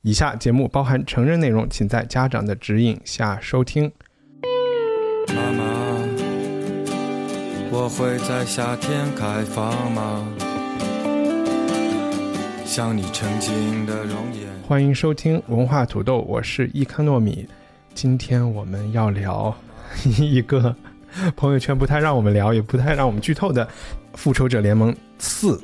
以下节目包含成人内容，请在家长的指引下收听。妈妈，我会在夏天开放吗？像你曾经的容颜。欢迎收听文化土豆，我是易康糯米。今天我们要聊 一个朋友圈不太让我们聊，也不太让我们剧透的《复仇者联盟四》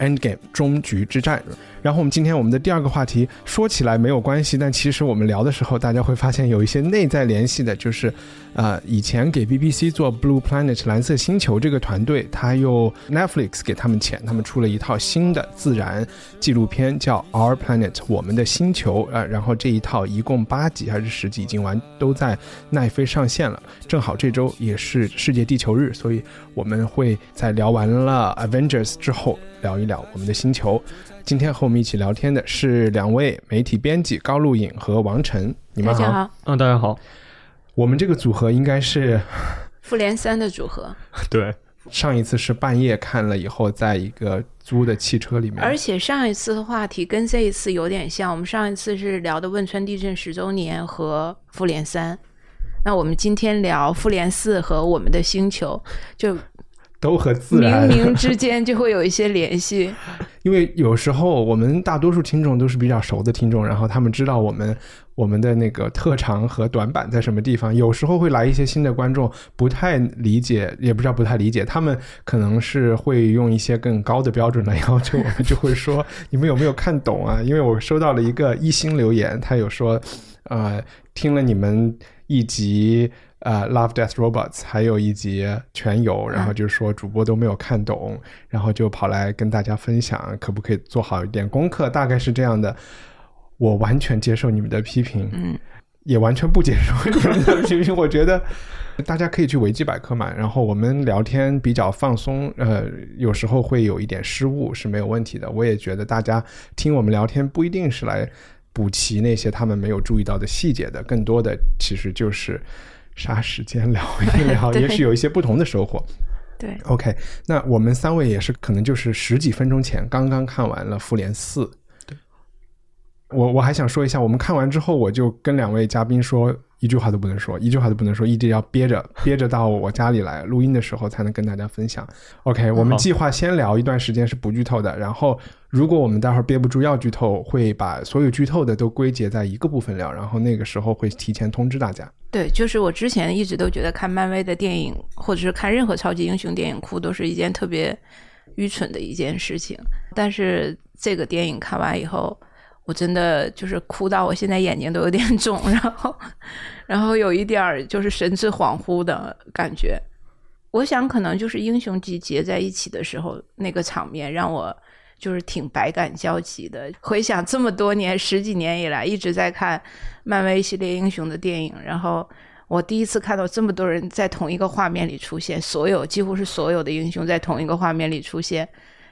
Endgame 终局之战。然后我们今天我们的第二个话题说起来没有关系，但其实我们聊的时候，大家会发现有一些内在联系的，就是呃，以前给 BBC 做 Blue Planet 蓝色星球这个团队，他又 Netflix 给他们钱，他们出了一套新的自然纪录片，叫《Our Planet》我们的星球啊、呃然后这一套一共八集还是十集，已经完都在奈飞上线了。正好这周也是世界地球日，所以我们会在聊完了 Avengers 之后聊一聊我们的星球。今天和我们一起聊天的是两位媒体编辑高露颖和王晨，你们大家好。好，嗯，大家好。我们这个组合应该是复联三的组合，对，上一次是半夜看了以后，在一个租的汽车里面，而且上一次的话题跟这一次有点像，我们上一次是聊的汶川地震十周年和复联三，那我们今天聊复联四和我们的星球，就都和自冥然，冥之间就会有一些联系。因为有时候我们大多数听众都是比较熟的听众，然后他们知道我们我们的那个特长和短板在什么地方。有时候会来一些新的观众，不太理解，也不知道不太理解，他们可能是会用一些更高的标准来要求我们，就会说你们有没有看懂啊？因为我收到了一个一星留言，他有说，呃，听了你们一集。呃，《Love Death Robots》还有一集全游，然后就说主播都没有看懂，然后就跑来跟大家分享，可不可以做好一点功课？大概是这样的。我完全接受你们的批评，嗯，也完全不接受你们的批评。我觉得大家可以去维基百科嘛，然后我们聊天比较放松，呃，有时候会有一点失误是没有问题的。我也觉得大家听我们聊天不一定是来补齐那些他们没有注意到的细节的，更多的其实就是杀时间聊一聊， 对也许有一些不同的收获。对， OK，那我们三位也是可能就是十几分钟前刚刚看完了《复联四》。我我还想说一下，我们看完之后，我就跟两位嘉宾说，一句话都不能说，一句话都不能说，一直要憋着，憋着到我家里来录音的时候才能跟大家分享。OK，我们计划先聊一段时间是不剧透的，然后如果我们待会儿憋不住要剧透，会把所有剧透的都归结在一个部分聊，然后那个时候会提前通知大家。对，就是我之前一直都觉得看漫威的电影，或者是看任何超级英雄电影库，都是一件特别愚蠢的一件事情。但是这个电影看完以后，我真的就是哭到我现在眼睛都有点 肿，然后，然后有一点儿就是神志恍惚的感觉。我想可能就是英雄集结在一起的时候，那个场面让我就是挺百感交集的。回想这么多年，十几年以来一直在看漫威系列英雄的电影，然后我第一次看到这么多人在同一个画面里出现，所有几乎是所有的英雄在同一个画面里出现，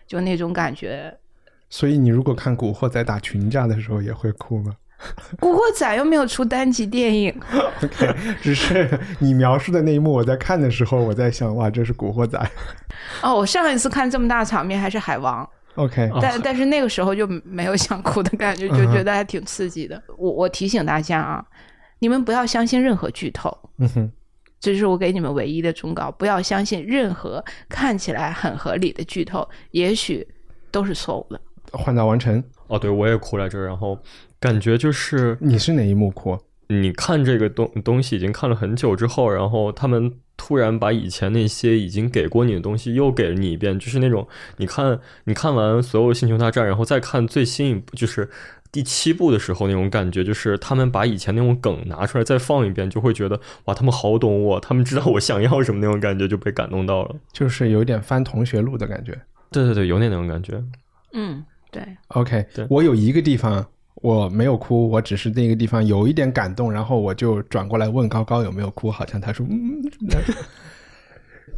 就那种感觉。所以你如果看《古惑仔》打群架的时候也会哭吗？古惑仔又没有出单集电影，只是你描述的那一幕，我在看的时候，我在想，哇，这是《古惑仔哦，我上一次看这么大场面还是海王，》。 OK，哦但但是那个时候就没有想哭的感觉，就觉得还挺刺激的。我我提醒大家啊，你们不要相信任何剧透，嗯哼，这是我给你们唯一的忠告，不要相信任何看起来很合理的剧透，也许都是错误的。换到王晨，哦，对，我也哭来着，然后感觉就是你是哪一幕哭？你看这个东东西已经看了很久之后，然后他们突然把以前那些已经给过你的东西又给了你一遍，就是那种你看你看完所有《星球大战》，然后再看最新一部，就是第七部的时候那种感觉，就是他们把以前那种梗拿出来再放一遍，就会觉得哇，他们好懂我，他们知道我想要什么那种感觉，就被感动到了。就是有一点翻同学录的感觉。对对对，有点那种感觉。嗯，对， OK，对我有一个地方我没有哭，我只是那个地方有一点感动，然后我就转过来问高高有没有哭，好像他说嗯，那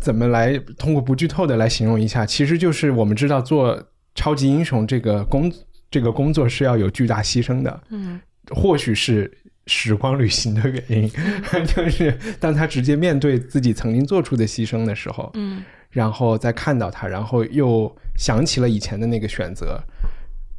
怎么来通过不剧透的来形容一下？其实就是我们知道做超级英雄这个工这个工作是要有巨大牺牲的，嗯，或许是时光旅行的原因， 就是当他直接面对自己曾经做出的牺牲的时候，嗯，然后再看到他，然后又想起了以前的那个选择，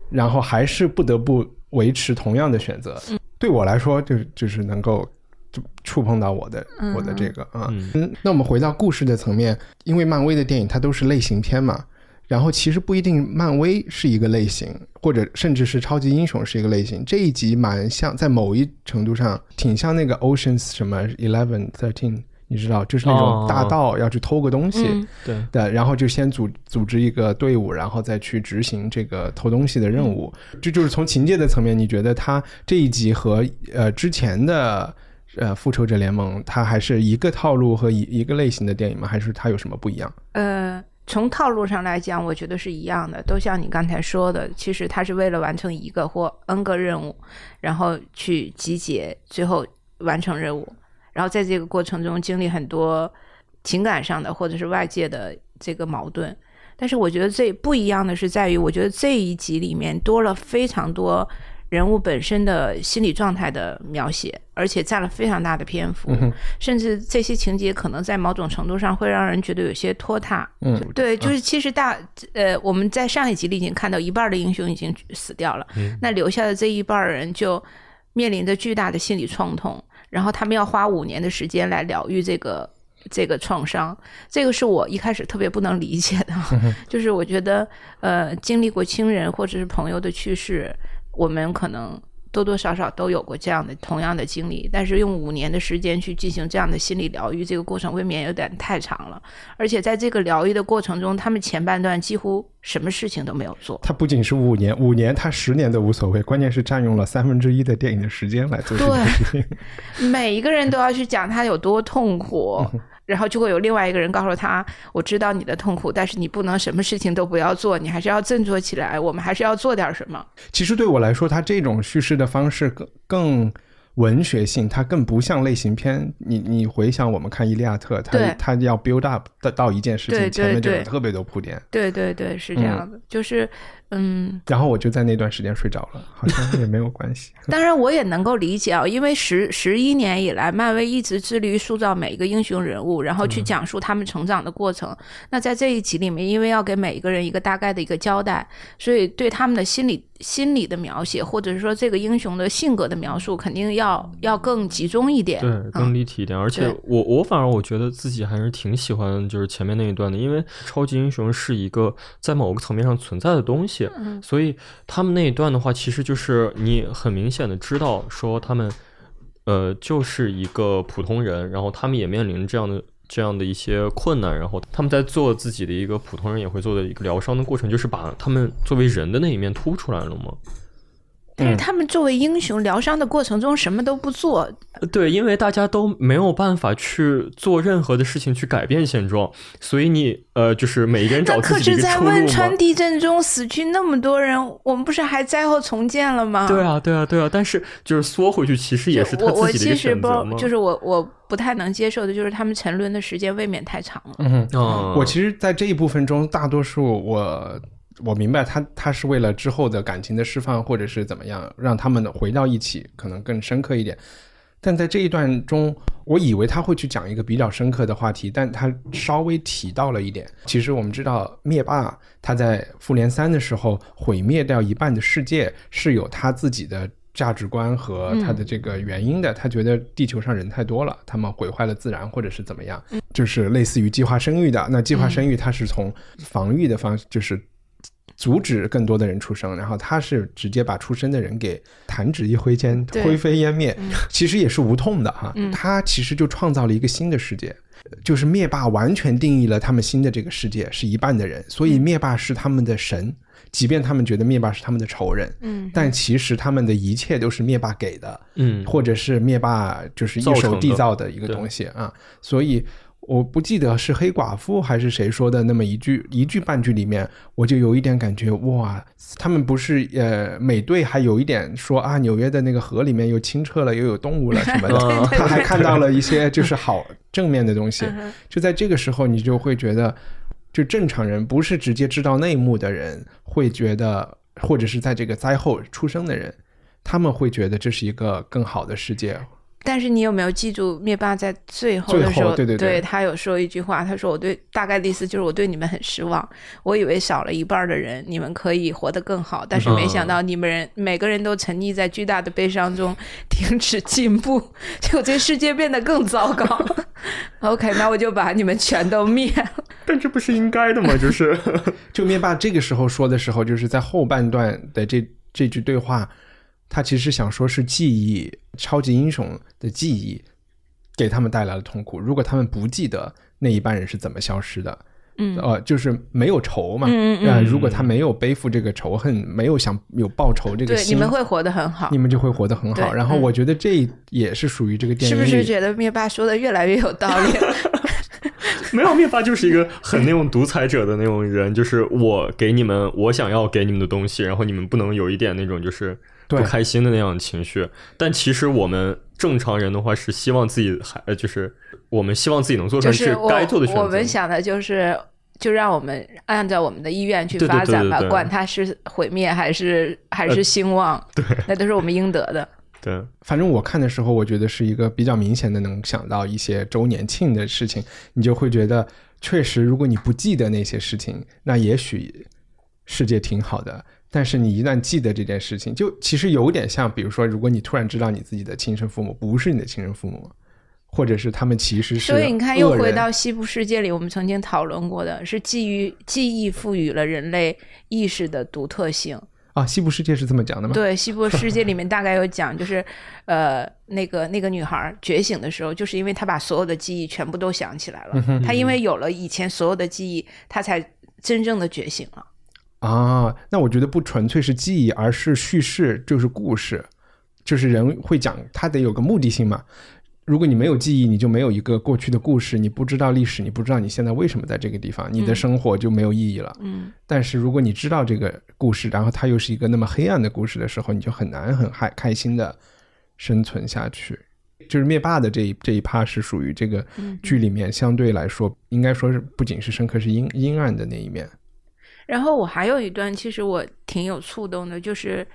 然后还是不得不维持同样的选择。对我来说，就是就是能够就触碰到我的我的这个啊。嗯，那我们回到故事的层面，因为漫威的电影它都是类型片嘛，然后其实不一定漫威是一个类型，或者甚至是超级英雄是一个类型。这一集蛮像，在某一程度上挺像那个 Oceans 什么 Eleven Thirteen。你知道，就是那哦种大盗要去偷个东西，对，的，然后就先组组织一个队伍，然后再去执行这个偷东西的任务。这就是从情节的层面，你觉得它这一集和呃之前的呃复仇者联盟，它还是一个套路和一一个类型的电影吗？还是它有什么不一样？呃，从套路上来讲，我觉得是一样的，都像你刚才说的，其实他是为了完成一个或 N 个任务，然后去集结，最后完成任务，然后在这个过程中经历很多情感上的或者是外界的这个矛盾。但是我觉得这不一样的是在于，我觉得这一集里面多了非常多人物本身的心理状态的描写，而且占了非常大的篇幅。甚至这些情节可能在某种程度上会让人觉得有些拖沓。嗯，对，就是其实大呃，我们在上一集里已经看到一半的英雄已经死掉了，那留下的这一半人就面临着巨大的心理创痛，然后他们要花五年的时间来疗愈这个这个创伤。这个是我一开始特别不能理解的，就是我觉得呃，经历过亲人或者是朋友的去世，我们可能多多少少都有过这样的同样的经历，但是用五年的时间去进行这样的心理疗愈，这个过程未免有点太长了。而且在这个疗愈的过程中，他们前半段几乎什么事情都没 有做。它不仅是五年，五年它十年都无所谓，关键是占用了三分之一的电影的时间来做这件事情。每一个人都要去讲他有多痛苦，然后就会有另外一个人告诉他：“我知道你的痛苦，但是你不能什么事情都不要做，你还是要振作起来，我们还是要做点什么。其实对我来说，它这种叙事的方式更更文学性，它更不像类型片。你你回想我们看《伊利亚特》它，对它要 build up 到到一件事情，对对前面就有对特别多铺垫。”对对对，是这样的，就是嗯，然后我就在那段时间睡着了，好像也没有关系。当然，我也能够理解啊，因为十十一年以来，漫威一直致力于塑造每一个英雄人物，然后嗯去讲述他们成长的过程。那在这一集里面，因为要给每一个人一个大概的一个交代，所以对他们的心理心理的描写，或者是说这个英雄的性格的描述，肯定要要更集中一点。嗯对，更立体一点。而且对我我反而我觉得自己还是挺喜欢就是前面那一段的，因为超级英雄是一个在某个层面上存在的东西，嗯所以他们那一段的话，其实就是你很明显的知道说他们呃就是一个普通人，然后他们也面临这样的。这样的一些困难，然后他们在做自己的一个普通人也会做的一个疗伤的过程，就是把他们作为人的那一面突出来了嘛。但是嗯他们作为英雄疗伤的过程中，什么都不做，对，因为大家都没有办法去做任何的事情去改变现状，所以你呃，就是每一个人找那可自己的是，一个在出路嘛汶。川地震中死去那么多人，我们不是还灾后重建了吗？对啊，对啊，对啊，但是就是缩回去，其实也是就他我我自己的一其个实选择不嘛。就是我我不太能接受的，就是他们沉沦的时间未免太长了。嗯，我其实，在这一部分中，大多数我我明白他他是为了之后的感情的释放，或者是怎么样，让他们回到一起，可能更深刻一点。但在这一段中，我以为他会去讲一个比较深刻的话题，但他稍微提到了一点。其实我们知道，灭霸他在复联三的时候毁灭掉一半的世界，是有他自己的价值观和他的这个原因的。他觉得地球上人太多了，他们毁坏了自然，或者是怎么样，就是类似于计划生育的。那计划生育嗯它是从防御的方，就是阻止更多的人出生，然后他是直接把出生的人给弹指一挥间对嗯灰飞烟灭，其实也是无痛的哈。他其实就创造了一个新的世界，就是灭霸完全定义了他们新的这个世界是一半的人，所嗯以灭霸是他们的神，即便他们觉得灭霸是他们的仇人，嗯，但其实他们的一切都是灭霸给的，嗯或者是灭霸就是一造成手的缔造的一个对东西啊，所以我不记得是黑寡妇还是谁说的那么一句一句半句里面，我就有一点感觉哇，他们不是呃美队还有一点说啊纽约的那个河里面有清澈了又有动 物了什么对对的，对他还看到了一些就是好正面的东西嗯，哼就在这个时候你就会觉得，就正常人不是直接知道内幕的人会觉得，或者是在这个灾后出生的人，他们会觉得这是一个更好的世界，但是你有没有记住灭霸在最后的时最候，后对对对他有说一句话，他说我对大概的意思就是我对你们很失望，我以为少了一半的人，你们可以活得更好，嗯但是没想到你们人、每个人都沉溺在巨大的悲伤中，停止进步， 结果这世界变得更糟糕。OK，那我就把你们全都灭了。但这不是应该的吗？就是， 就灭霸这个时候说的时候，就是在后半段的这这句对话，他其实想说是记忆，超级英雄的记忆给他们带来了痛苦。如果他们不记得那一半人是怎么消失的，嗯，呃，就是没有仇嘛，嗯嗯嗯呃如果他没有背负这个仇恨，没有想有报仇这个对，心，你们会活得很好你。们就会活得很好。对然后嗯我觉得这也是属于这个电是影不里，是觉得灭霸说的越来越有道理？没有灭霸就是一个很那种独裁者的那种人，就是我给你们我想要给你们的东西，然后你们不能有一点那种就是对不开心的那样的情绪。但其实我们正常人的话是希望自己还呃就是我们希望自己能做就出是去我该做的选择。我们想的就是，就让我们按照我们的意愿去对对发展吧，对对对呃管它是毁灭还是还是兴旺，那都是我们应得 的。对，反正我看的时候，我觉得是一个比较明显的能想到一些周年庆的事情，你就会觉得确实，如果你不记得那些事情，那也许世界挺好的。但是你一旦记得这件事情，就其实有点像，比如说，如果你突然知道你自己的亲生父母不是你的亲生父母，或者是他们其实是所恶以人，你看，又回到西部世界里，我们曾经讨论过的是基于记忆赋予了人类意识的独特性。啊，西部世界是这么讲嗯的吗？对，西部世界里 面大概有讲，就是，呃，那个那个女孩儿觉醒的时候，就是因为她把所有的记忆全部都想起来了，嗯她因为有了以前所有的记忆，她才真正的觉醒了。啊，那我觉得不纯粹是记忆，而是叙事，就是故事，就是人会讲，他得有个目的性嘛。如果你没有记忆，你就没有一个过去的故事，你不知道历史，你不知道你现在为什么在这个地方，你的生活就没有意义了。嗯，但是如果你知道这个故事，然后它又是一个那么黑暗的故事的时候，你就很难很嗨开心的生存下去。就是灭霸的这一这一趴是属于这个剧里面相对来说，应该说是不仅是深刻，是阴阴暗的那一面。然后我还有一段，其实我挺有触动的，就是，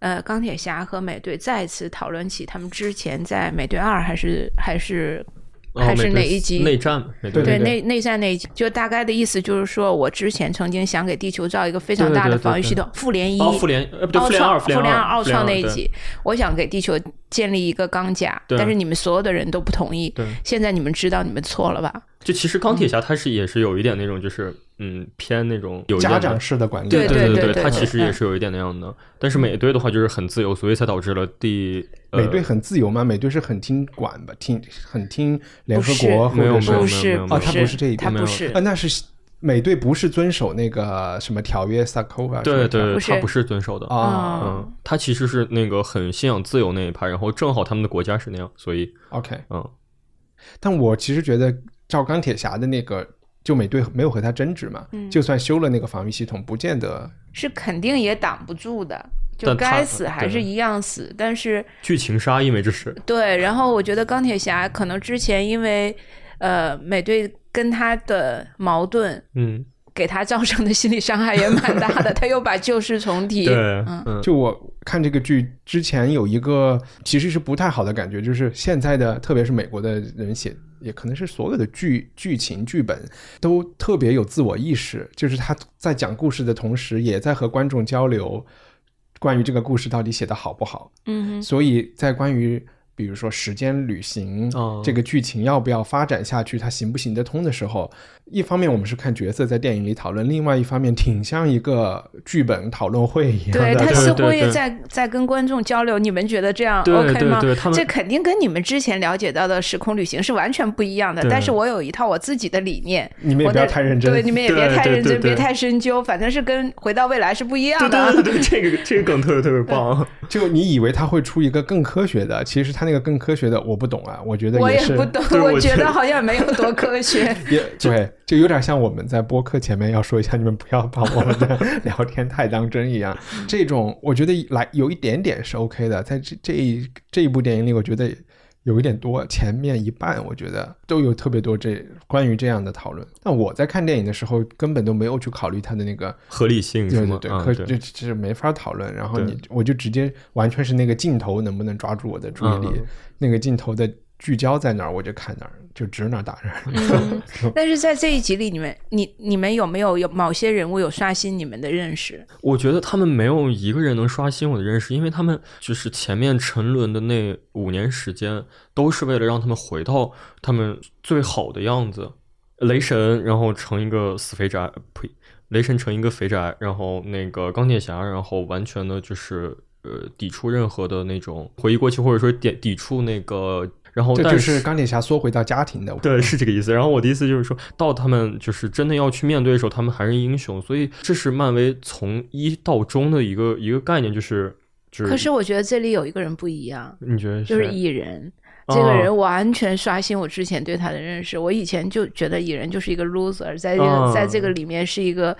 呃，钢铁侠和美队再次讨论起他们之前在美队二还是还是哦还是美队哪一集内战？美队对对对内内战那一集，就大概的意思就是说，我之前曾经想给地球造一个非常对对大的对对防御对系统，复联一、哦复联呃不对奥复联创二复复联联二奥复联创二那一对集，我想给地球建立一个钢架，对但是你们所有的人都不同意对。现在你们知道你们错了吧？就其实钢嗯铁侠他是也是有一点那种就是嗯偏那种有一点家的长式的管理，对对对对嗯对，对他其实也是有一点那样的。但是美队的话就是很自由，所以才导致了第呃美队很自由吗？美队是很听管吧，听很听联合不是国或没有者没有不是是，没有没有哦，他他不是这一他边，没不有是啊，。那是美队不是遵守那个什么条约 s a r c o v a 对对，不对是他不是遵守的。啊嗯嗯，他其实是那个很信仰自由那一派，然后正好他们的国家是那样，所以，OK。嗯，但我其实觉得照钢铁侠的那个，就美队没有和他争执嘛，嗯就算修了那个防御系统，不见得是肯定也挡不住的，就但他该死还是对一样死。但是剧情杀，因为这是对，然后我觉得钢铁侠可能之前因为呃美队跟他的矛盾。嗯，给他造成的心理伤害也蛮大的，他又把旧事重提。对，嗯，嗯， 就我看这个剧之前有一个其实是不太好的感觉，就是现在的特别是美国的人写，也可能是所有的剧剧情剧本都特别有自我意识，就是他在讲故事的同时，也在和观众交流关于这个故事到底写的好不好。嗯哼，所以在关于比如说时间旅行、哦这个剧情要不要发展下去，它行不行得通的时候，一方面我们是看角色在电影里讨论，另外一方面挺像一个剧本讨论会一样对的。他似乎对也对在在跟观众交流，你们觉得这样对 OK 对吗对他？们这肯定跟你们之前了解到的时空旅行是完全不一样的。对但是我有一套我自己的理念，你们也我不的要太认真对，你们也别对太对认对真，别对太深究，反正是跟回到未来是不一样的。对对对，这个这个梗特别特别棒，就你以为他会出一个更科学的，其实他那那个更科学的，我不懂啊，我觉得 我也是不懂，对我觉觉得得好像没有多科 学。也对，就有点像我们在播客前面要说一下，你们不要把我们的聊天太当真一样。这种我觉得来有一点点是 OK 的，在这这一这一部电影里，我觉得有一点多，前面一半我觉得都有特别多这关于这样的讨论。但我在看电影的时候，根本都没有去考虑它的那个合理性是对吗？对对，啊可对这这是没法讨论。然后对你我就直接完全是那个镜头能不能抓住我的注意力嗯，那个镜头的聚焦在哪儿，我就看哪儿，就指哪儿打哪儿。但是在这一集里，你们你你们有没有有某些人物有刷新你们的认识？我觉得他们没有一个人能刷新我的认识，因为他们就是前面沉沦的那五年时间，都是为了让他们回到他们最好的样子。雷神，然后成一个死肥宅，呃呸，雷神成一个肥宅，然后那个钢铁侠，然后完全的就是呃抵触任何的那种回忆过去，或者说抵抵触那个，然 后这哦但就是钢铁侠缩回到家庭的。对，是这个意思。然后我的意思就是说，到他们就是真的要去面对的时候，他们还是英雄。所以这是漫威从一到终的一个一个概念，就是就是。可是我觉得这里有一个人不一样，你觉得就是谁蚁人。哦这个人完全刷新我之前对他的认识。我以前就觉得蚁人就是一个 loser，在这个、嗯在这个里面是一个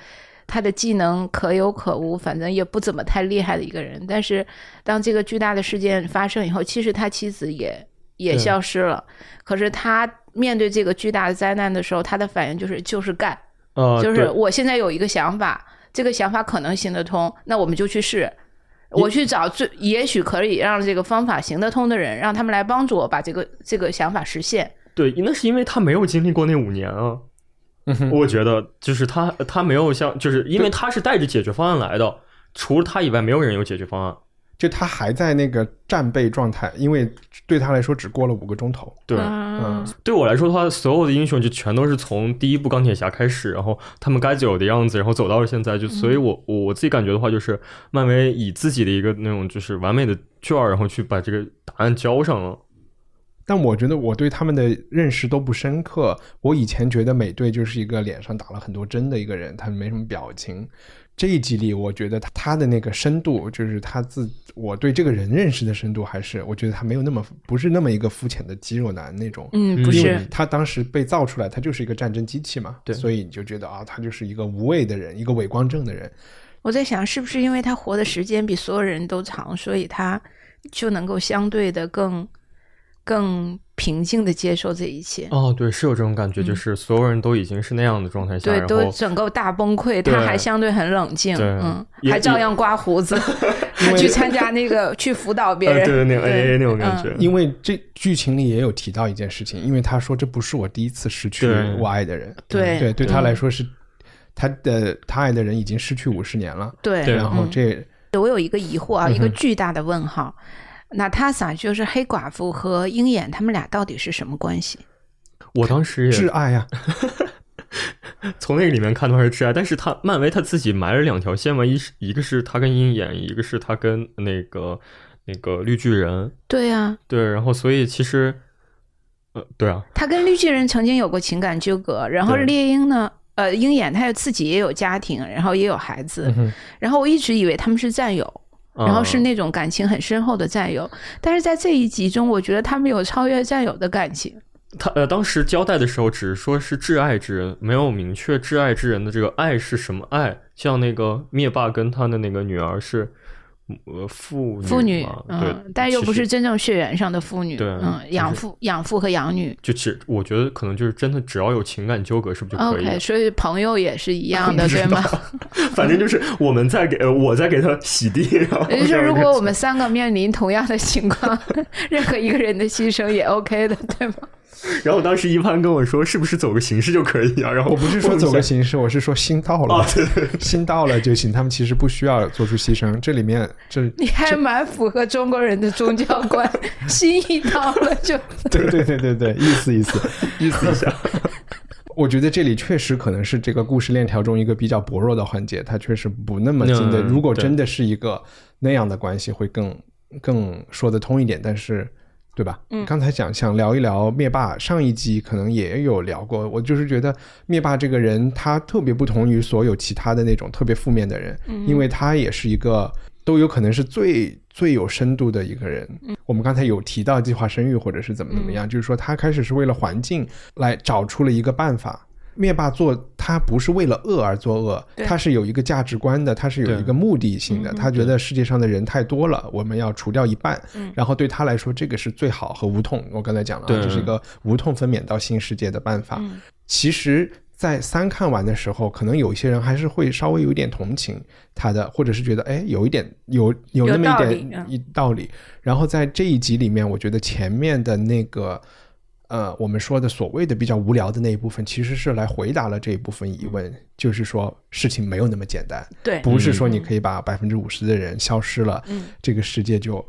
他的技能可有可无，反正也不怎么太厉害的一个人。但是当这个巨大的事件发生以后，其实他妻子也也对消失了。可是他面对这个巨大的灾难的时候，他的反应就是就是干，啊，就是对我现在有一个想法，这个想法可能行得通，那我们就去试。我去找最也许可以让这个方法行得通的人，让他们来帮助我把这个这个想法实现。对，那是因为他没有经历过那五年啊。嗯哼我觉得就是他他没有像，就是因为他是带着解决方案来的，除了他以外，没有人有解决方案。就他还在那个战备状态，因为对他来说只过了五个钟头。对，嗯，对我来说的话，所有的英雄就全都是从第一部钢铁侠开始，然后他们该走的样子，然后走到了现在，就所以我，我我自己感觉的话，就是漫威以自己的一个那种就是完美的卷儿，然后去把这个答案交上了。但我觉得我对他们的认识都不深刻。我以前觉得美队就是一个脸上打了很多针的一个人，他没什么表情。这一集里，我觉得他他的那个深度，就是他自我对这个人认识的深度，还是我觉得他没有那么不是那么一个肤浅的肌肉男那种。嗯，嗯不因是为，他当时被造出来，他就是一个战争机器嘛，对所以你就觉得啊，他就是一个无畏的人，一个伪光正的人。我在想是不是因为他活的时间比所有人都长，所以他就能够相对的更更平静的接受这一切。哦，对，是有这种感觉，嗯就是所有人都已经是那样的状态下，对，然都后整个大崩溃，对他还相对很冷静，对嗯，也还照样刮胡 子， 还去参加那个去辅导别呃，人，对那种 A A 那种嗯感觉，因为这剧情里也有提到一件事情，因为他说这不是我第一次失去对我爱的人，对对，对他嗯来说是他的他爱的人已经失去五十年了，对对然后这我有一个疑惑啊，嗯哼一个巨大的问号。娜塔莎就是黑寡妇和鹰眼，他们俩到底是什么关系？我当时挚也爱呀，从那个里面看到是挚爱，但是他漫威他自己埋了两条线嘛，一是一个是他跟鹰眼，一个是他跟那个那个绿巨人，对啊，对，然后所以其实，呃，对啊，他跟绿巨人曾经有过情感纠葛，然后对猎鹰呢，呃，鹰眼他自己也有家庭，然后也有孩子，然后我一直以为他们是战友，嗯啊然后是那种感情很深厚的战友，但是在这一集中，我觉得他们有超越战友的感情。他呃，当时交代的时候只是说是挚爱之人，没有明确挚爱之人的这个爱是什么爱。像那个灭霸跟他的那个女儿是，呃，父女妇女嘛，啊对嗯，，但又不其是实真正血缘上的妇女，对嗯就，是养父、养父和养女。就只我觉得可能就是真的，只要有情感纠葛，是不是就可以 OK，所以朋友也是一样 的，对吗？反正就是我们在给呃我在给他洗地，然后也呃就是说，这样如一个果我们三个面临同样的情况， 任何一个人的牺牲也 OK 的，对吗？然后当时一潘跟我说，是不是走个形式就可以啊？然后我不是说们走个想形式，我是说心到了啊，，对对对心到了就行，他们其实不需要做出牺牲，这里面这 你还蛮符合中国人的宗教观，心意到了就 对对对对对，意思意思。 意思一下， 我觉得这里确实可能是这个故事链条中一个比较薄弱的环节，它确实不那么经得。嗯如果对真的是一个那样的关系，会更更说得通一点。但是，对吧？嗯、刚才讲想聊一聊灭霸，上一集可能也有聊过。我就是觉得灭霸这个人，他特别不同于所有其他的那种特别负面的人，因为他也是一个都有可能是最最有深度的一个人。我们刚才有提到计划生育或者是怎么怎么样，就是说他开始是为了环境来找出了一个办法。灭霸做他不是为了恶而作恶，对他是有一个价值观的，他是有一个目的性的。他觉得世界上的人太多了，我们要除掉一半。然后对他来说，这个是最好和无痛。我刚才讲了啊，对这是一个无痛分娩到新世界的办法。其实，在三看完的时候，可能有一些人还是会稍微有一点同情他的，或者是觉得哎，有一点有有那么一有道理点嗯一道理。然后在这一集里面，我觉得前面的那个。呃，我们说的所谓的比较无聊的那一部分，其实是来回答了这一部分疑问，就是说事情没有那么简单， 嗯对，嗯不是说你可以把百分之五十的人消失了，这个世界就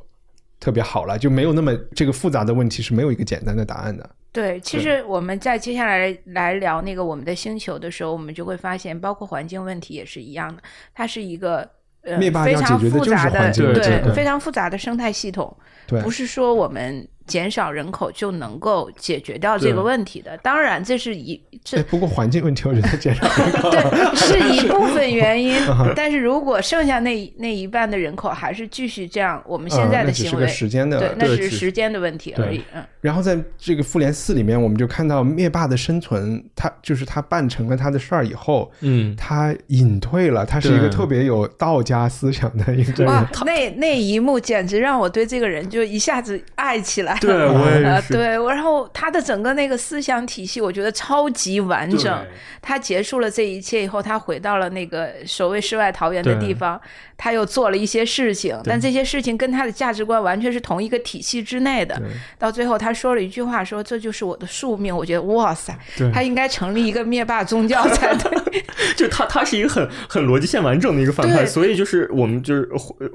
特别好了，就没有那么这个复杂的问题是没有一个简单的答案的。对，其实我们在接下来来聊那个我们的星球的时候，我们就会发现，包括环境问题也是一样的，它是一个呃灭霸非要常解决的复就是杂的环境问题对非常复杂的生态系统，对，不是说我们减少人口就能够解决掉这个对问题的。当然，这是一 这哎，不过环境问题我觉得简单。对，是一部分原因。但是如果剩下那一那一半的人口还是继续这样， 我们现在嗯那的只行是为，个时间的对，那对是只时间的问题而已对。嗯，然后在这个《复联四》里面，我们就看到灭霸的生存，他就是他办成了他的事儿以后，嗯，他隐退了，他是一个对特别有道家思想的一个人哇。，那那一幕简直让我对这个人就一下子爱起来了。对我呃也是， 对，我然后他的整个那个思想体系，我觉得超级完整。他结束了这一切以后，他回到了那个所谓世外桃源的对地方，他又做了一些事情，但这些事情跟他的价值观完全是同一个体系之内的。到最后，他说了一句话，说这就是我的宿命。我觉得，哇塞对，他应该成立一个灭霸宗教才对。 就他他是一个很很逻辑线完整的一个反对派，所以就是我们就是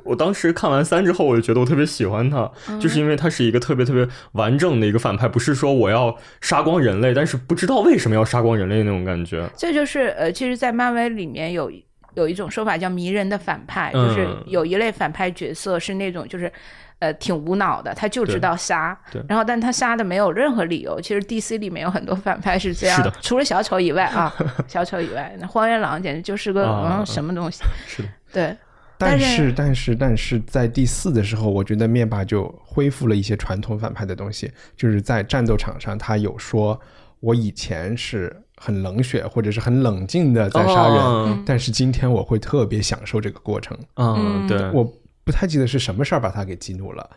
我当时看完三之后，我就觉得我特别喜欢他，就是因为他是一个特别特别完整的一个反派，不是说我要杀光人类，但是不知道为什么要杀光人类那种感觉。这就是呃，其实，在漫威里面有有一种说法叫迷人的反派，嗯就是有一类反派角色是那种就是。呃，挺无脑的，他就知对道杀对，然后但他杀的没有任何理由。其实 DC 里面有很多反派是这样，是的除了小丑以外啊，小丑以外，那荒原狼简直就是个、啊嗯什么东西。是的，对，但但是是但是但是在第四的时候，我觉得灭霸就恢复了一些传统反派的东西，就是在战斗场上，他有说我以前是很冷血或者是很冷静的在杀人，哦嗯但是今天我会特别享受这个过程。嗯，对，我不太记得是什么事儿把他给激怒了，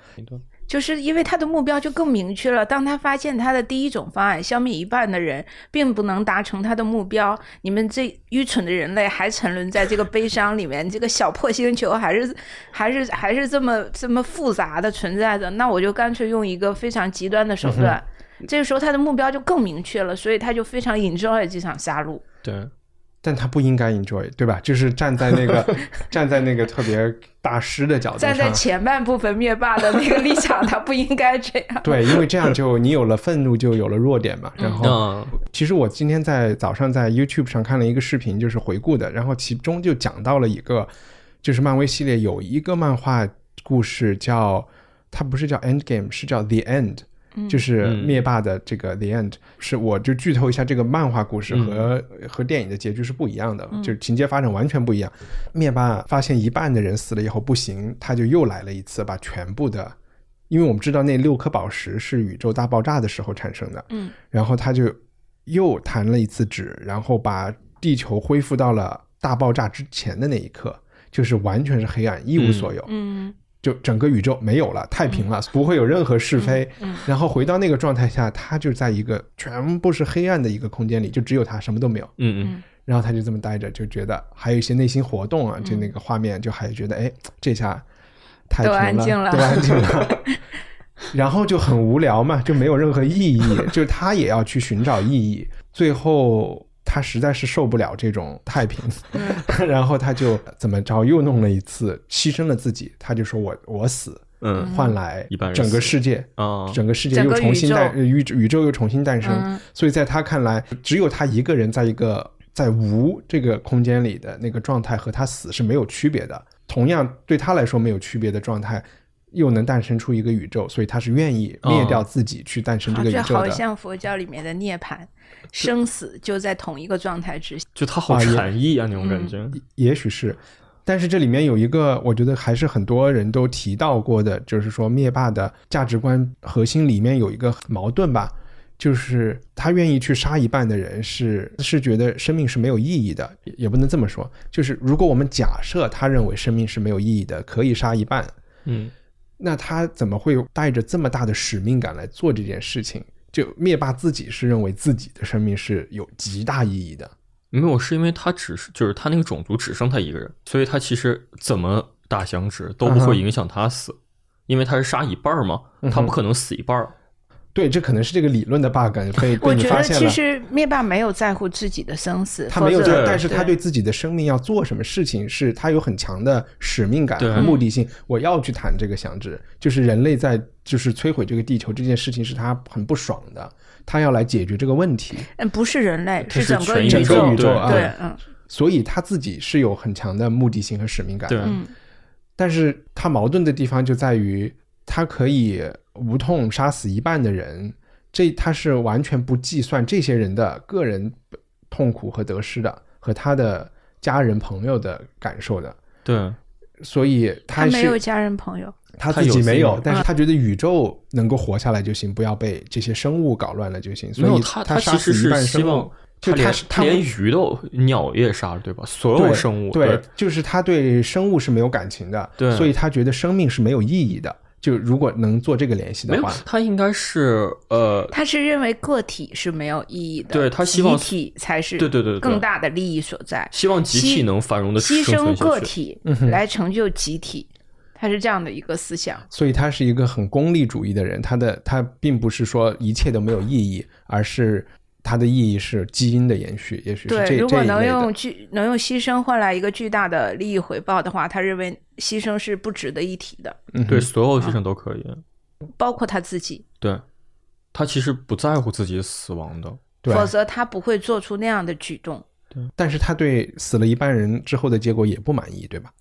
就是因为他的目标就更明确了。当他发现他的第一种方案消灭一半的人并不能达成他的目标，你们这愚蠢的人类还沉沦在这个悲伤里面，这个小破星球还是还是还是这么这么复杂的存在着。那我就干脆用一个非常极端的手段。嗯这个时候他的目标就更明确了，所以他就非常 enjoy 这场杀戮。对，但他不应该 enjoy，对吧？就是站在那 个站在那个特别大师的角度上，站在前半部分灭霸的那个立场，他不应该这样。对，因为这样就你有了愤怒，就有了弱点嘛。然后，嗯，其实我今天在早上在 YouTube 上看了一个视频，就是回顾的，然后其中就讲到了一个，就是漫威系列有一个漫画故事叫，它不是叫 End Game，是叫 The End。就是嗯灭霸的这个 The End，、是我就剧透一下，这个漫画故事和、和电影的结局是不一样的，就是情节发展完全不一样。灭霸发现一半的人死了以后不行，他就又来了一次，把全部的，因为我们知道那六颗宝石是宇宙大爆炸的时候产生的，嗯，然后他就又弹了一次指，然后把地球恢复到了大爆炸之前的那一刻，就是完全是黑暗，一无所有，嗯，就整个宇宙没有了，太平了，不会有任何是非。然后回到那个状态下，他就在一个全部是黑暗的一个空间里，就只有他什么都没有。嗯嗯，然后他就这么待着，就觉得还有一些内心活动嗯啊，就那个画面，就还觉得哎，这下太都平安静了都安静了。 然后就很无聊嘛，就没有任何意义，就是他也要去寻找意义。最后他实在是受不了这种太平， 然后他就怎么着又弄了一次，牺牲了自己。他就说我我死，嗯换来一般人整个死世界啊，整个世界整又个重新宇宙诞呃宇宙宇宙又重新诞生，嗯所以在他看来，只有他一个人在一个在无这个空间里的那个状态和他死是没有区别的，同样对他来说没有区别的状态，又能诞生出一个宇宙，所以他是愿意灭掉自己去诞生这好，个宇啊这宙好的。像佛教里面的涅槃，生死就在同一个状态之下。就他好啊也禅意啊那种感觉，也许是，但是这里面有一个，我觉得还是很多人都提到过的，就是说灭霸的价值观核心里面有一个矛盾吧，就是他愿意去杀一半的人是是觉得生命是没有意义的，也也不能这么说，就是如果我们假设他认为生命是没有意义的，可以杀一半，嗯，那他怎么会带着这么大的使命感来做这件事情？就灭霸自己是认为自己的生命是有极大意义的，没有，是因为他只是就是他那个种族只剩他一个人，所以他其实怎么打响指都不嗯哼嗯会影响他死，因为他是杀一半儿嘛，他不可能死一半儿。对，这可能是这个理论的 bug 被被我你觉发得现了。其实灭霸没有在乎自己的生死，他没有否在，则但是他对自己的生命要做什么事情，是他有很强的使命感对和目的性。我要去谈这个响指，就是人类在就是摧毁这个地球这件事情是他很不爽的，他要来解决这个问题，嗯不是人类，这是整个全宇整个宇宙宙啊，对，嗯，所以他自己是有很强的目的性和使命感。对，，嗯但是他矛盾的地方就在于，他可以无痛杀死一半的人，这他是完全不计算这些人的个人痛苦和得失的，和他的家人朋友的感受的。对，所以他他是没有嗯家人朋友，他他自己有没自由有，但是他觉得宇宙能够活下来就行，不要被这些生物搞乱了就行。所没有以他，他杀其实死一是半希生望物，就连是他连鱼都鸟也杀了，对吧？所有对生物，对，对就是他对生物是没有感情的，对所以他觉得生命是没有意义的。就如果能做这个联系没的有话，，他应该是呃，他是认为个体是没有意义的，对他希望集体才是对对对对更大的利益所在，希望集体能繁荣的牺生牲存下个去。体嗯来成就集体，他是这样的一个思想。所以他是一个很功利主义的人。他的他并不是说一切都没有意义，而是他的意义是基因的延续，也许是这对，如这果一类能的用。巨能用牺牲换来一个巨大的利益回报的话，他认为牺牲是不值得一提的，嗯哼对，所有牺牲都可以。包括他自己，对，他其实不在乎自己死亡的。对，否则他不会做出那样的举动。但是他对死了一半人之后的结果也不满意，对吧？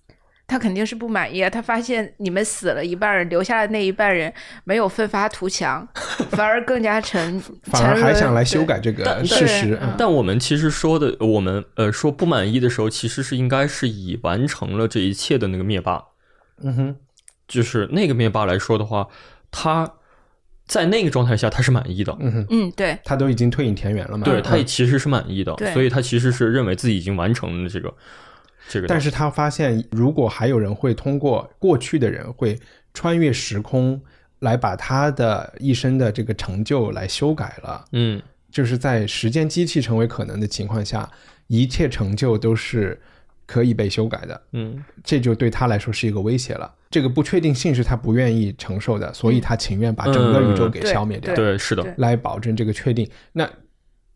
他肯定是不满意啊！他发现你们死了一半人，留下的那一半人没有奋发 图强，反而更加沉，反而沉还沦想来对修改这个但事实。嗯但我们其实说的，我们呃说不满意的时候，其实是应该是已完成了这一切的那个灭霸。嗯哼，就是那个灭霸来说的话，他在那个状态下他是满意的，嗯哼，嗯，对，他都已经退隐田园了嘛？对，他也嗯其实是满意的，对所以他其实是认为自己已经完成了这个这个。但是他发现，如果还有人会通过过去的人会穿越时空来把他的一生的这个成就来修改了，嗯，就是在时间机器成为可能的情况下，一切成就都是可以被修改的。嗯，这就对他来说是一个威胁了。这个不确定性是他不愿意承受的，所以他情愿把整个宇宙给嗯消灭掉。对，是的对，来保证这个确定。那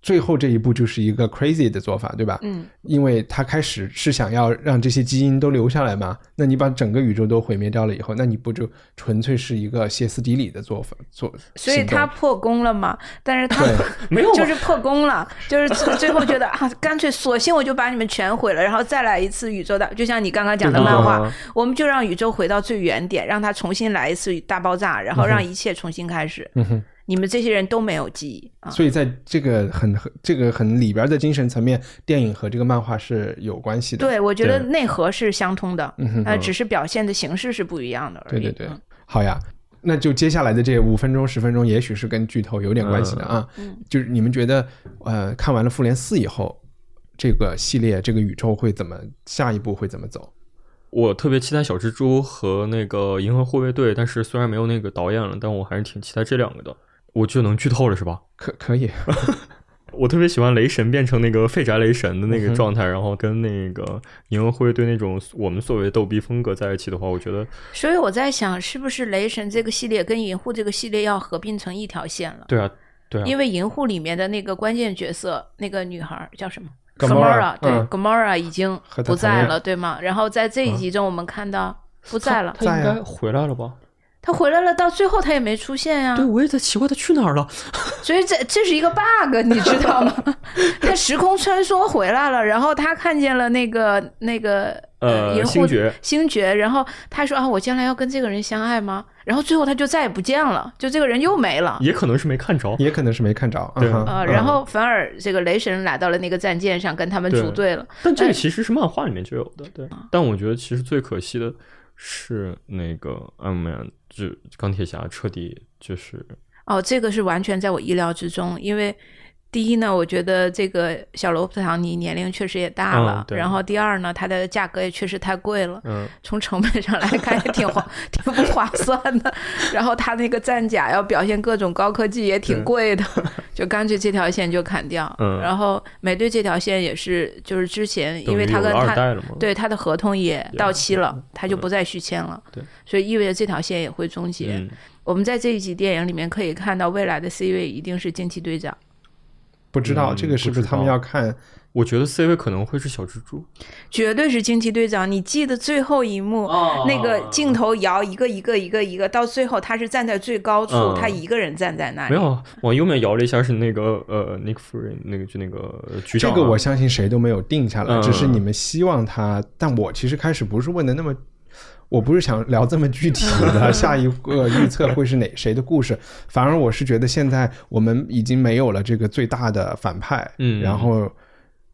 最后这一步就是一个 crazy 的做法，对吧？嗯，因为他开始是想要让这些基因都留下来嘛，那你把整个宇宙都毁灭掉了以后，那你不就纯粹是一个歇斯底里的做法做？所以他行动破功了嘛？但是他对 没有啊就是破功了，就是最最后觉得啊，干脆索性我就把你们全毁了，然后再来一次宇宙大，就像你刚刚讲的对对漫画，对我们就让宇宙回到最原点，让它重新来一次大爆炸，然后让一切重新开始。嗯哼你们这些人都没有记忆啊，所以在这个很很这个很里边的精神层面，电影和这个漫画是有关系的。对我觉得对内核是相通的，嗯哼呃，只是表现的形式是不一样的而对已。对对嗯，好呀。那就接下来的这五分钟、十分钟，也许是跟剧透有点关系的啊。嗯就是你们觉得，呃，看完了《复联四》以后，这个系列、这个宇宙会怎么下一步会怎么走？我特别期待小蜘蛛和那个银河护卫队，但是虽然没有那个导演了，但我还是挺期待这两个的。我就能剧透了是吧？可可 以，我特别喜欢雷神变成那个废宅雷神的那个状态，然后跟那个银河护卫队那种我们所谓逗逼风格在一起的话，我觉得所以我在想，是不是雷神这个系列跟银护这个系列要合并成一条线了？对啊，对啊，因为《银护》里面的那个关键角色，那个女孩儿叫什么 Gamora，对、嗯 g a m o r a 已经和她不谈在恋爱嗯了，对吗？然后在这一集中，我们看到不 在了，他应在啊该回来了吧？她回来了，到最后她也没出现呀、对，我也在奇怪他去哪儿了。 所以这这是一个 bug，你知 道吗？她时空穿梭回来了，然后她看见了那个那个呃呃银星护爵，星爵，然后他说啊，我将来要跟这个人相爱吗？然后最后他就再也不见了，就这个人又没了。也可能是没看着。也可能是没看着。对嗯哼呃，嗯然后反而这个雷神来到了那个战舰上，跟他们对组队了。但这哎个其实是漫画里面就有的，对。啊但我觉得其实最可惜的是那个哎 Iron Man，就钢铁侠彻底就是哦，这个是完全在我意料之中，因为第一呢，我觉得这个小罗伯特·唐尼年龄确实也大嗯了，对然后第二呢，它的价格也确实太贵了，嗯，从成本上来看也挺 划挺不划算的。然后它那个战甲要表现各种高科技也挺对贵的，就干脆这条线就砍掉。嗯然后美队这条线也是，就是之前因为等他于有跟了二他代了嘛，对他的合同也也到期了嗯，他就不再续签了，对，所以意味着这条线也会终结。嗯，我们在这一集电影里面可以看到，未来的 C 位一定是惊奇队长。不知道嗯这个是不是他们不知道要看我觉得 C 位可能会是小蜘蛛，绝对是惊奇队长！你记得最后一幕，哦那个镜头摇一个一个一个一个，到最后他是站在最高处，嗯他一个人站在那里。没有啊往右面摇了一下是那个呃 Nick Fury 那个就那个局这长啊、个，我相信谁都没有定下来，嗯只是你们希望他。但我其实开始不是问的那么，我不是想聊这么具体 的下一个预测会是哪谁的故事，反而我是觉得现在我们已经没有了这个最大的反派，嗯然后，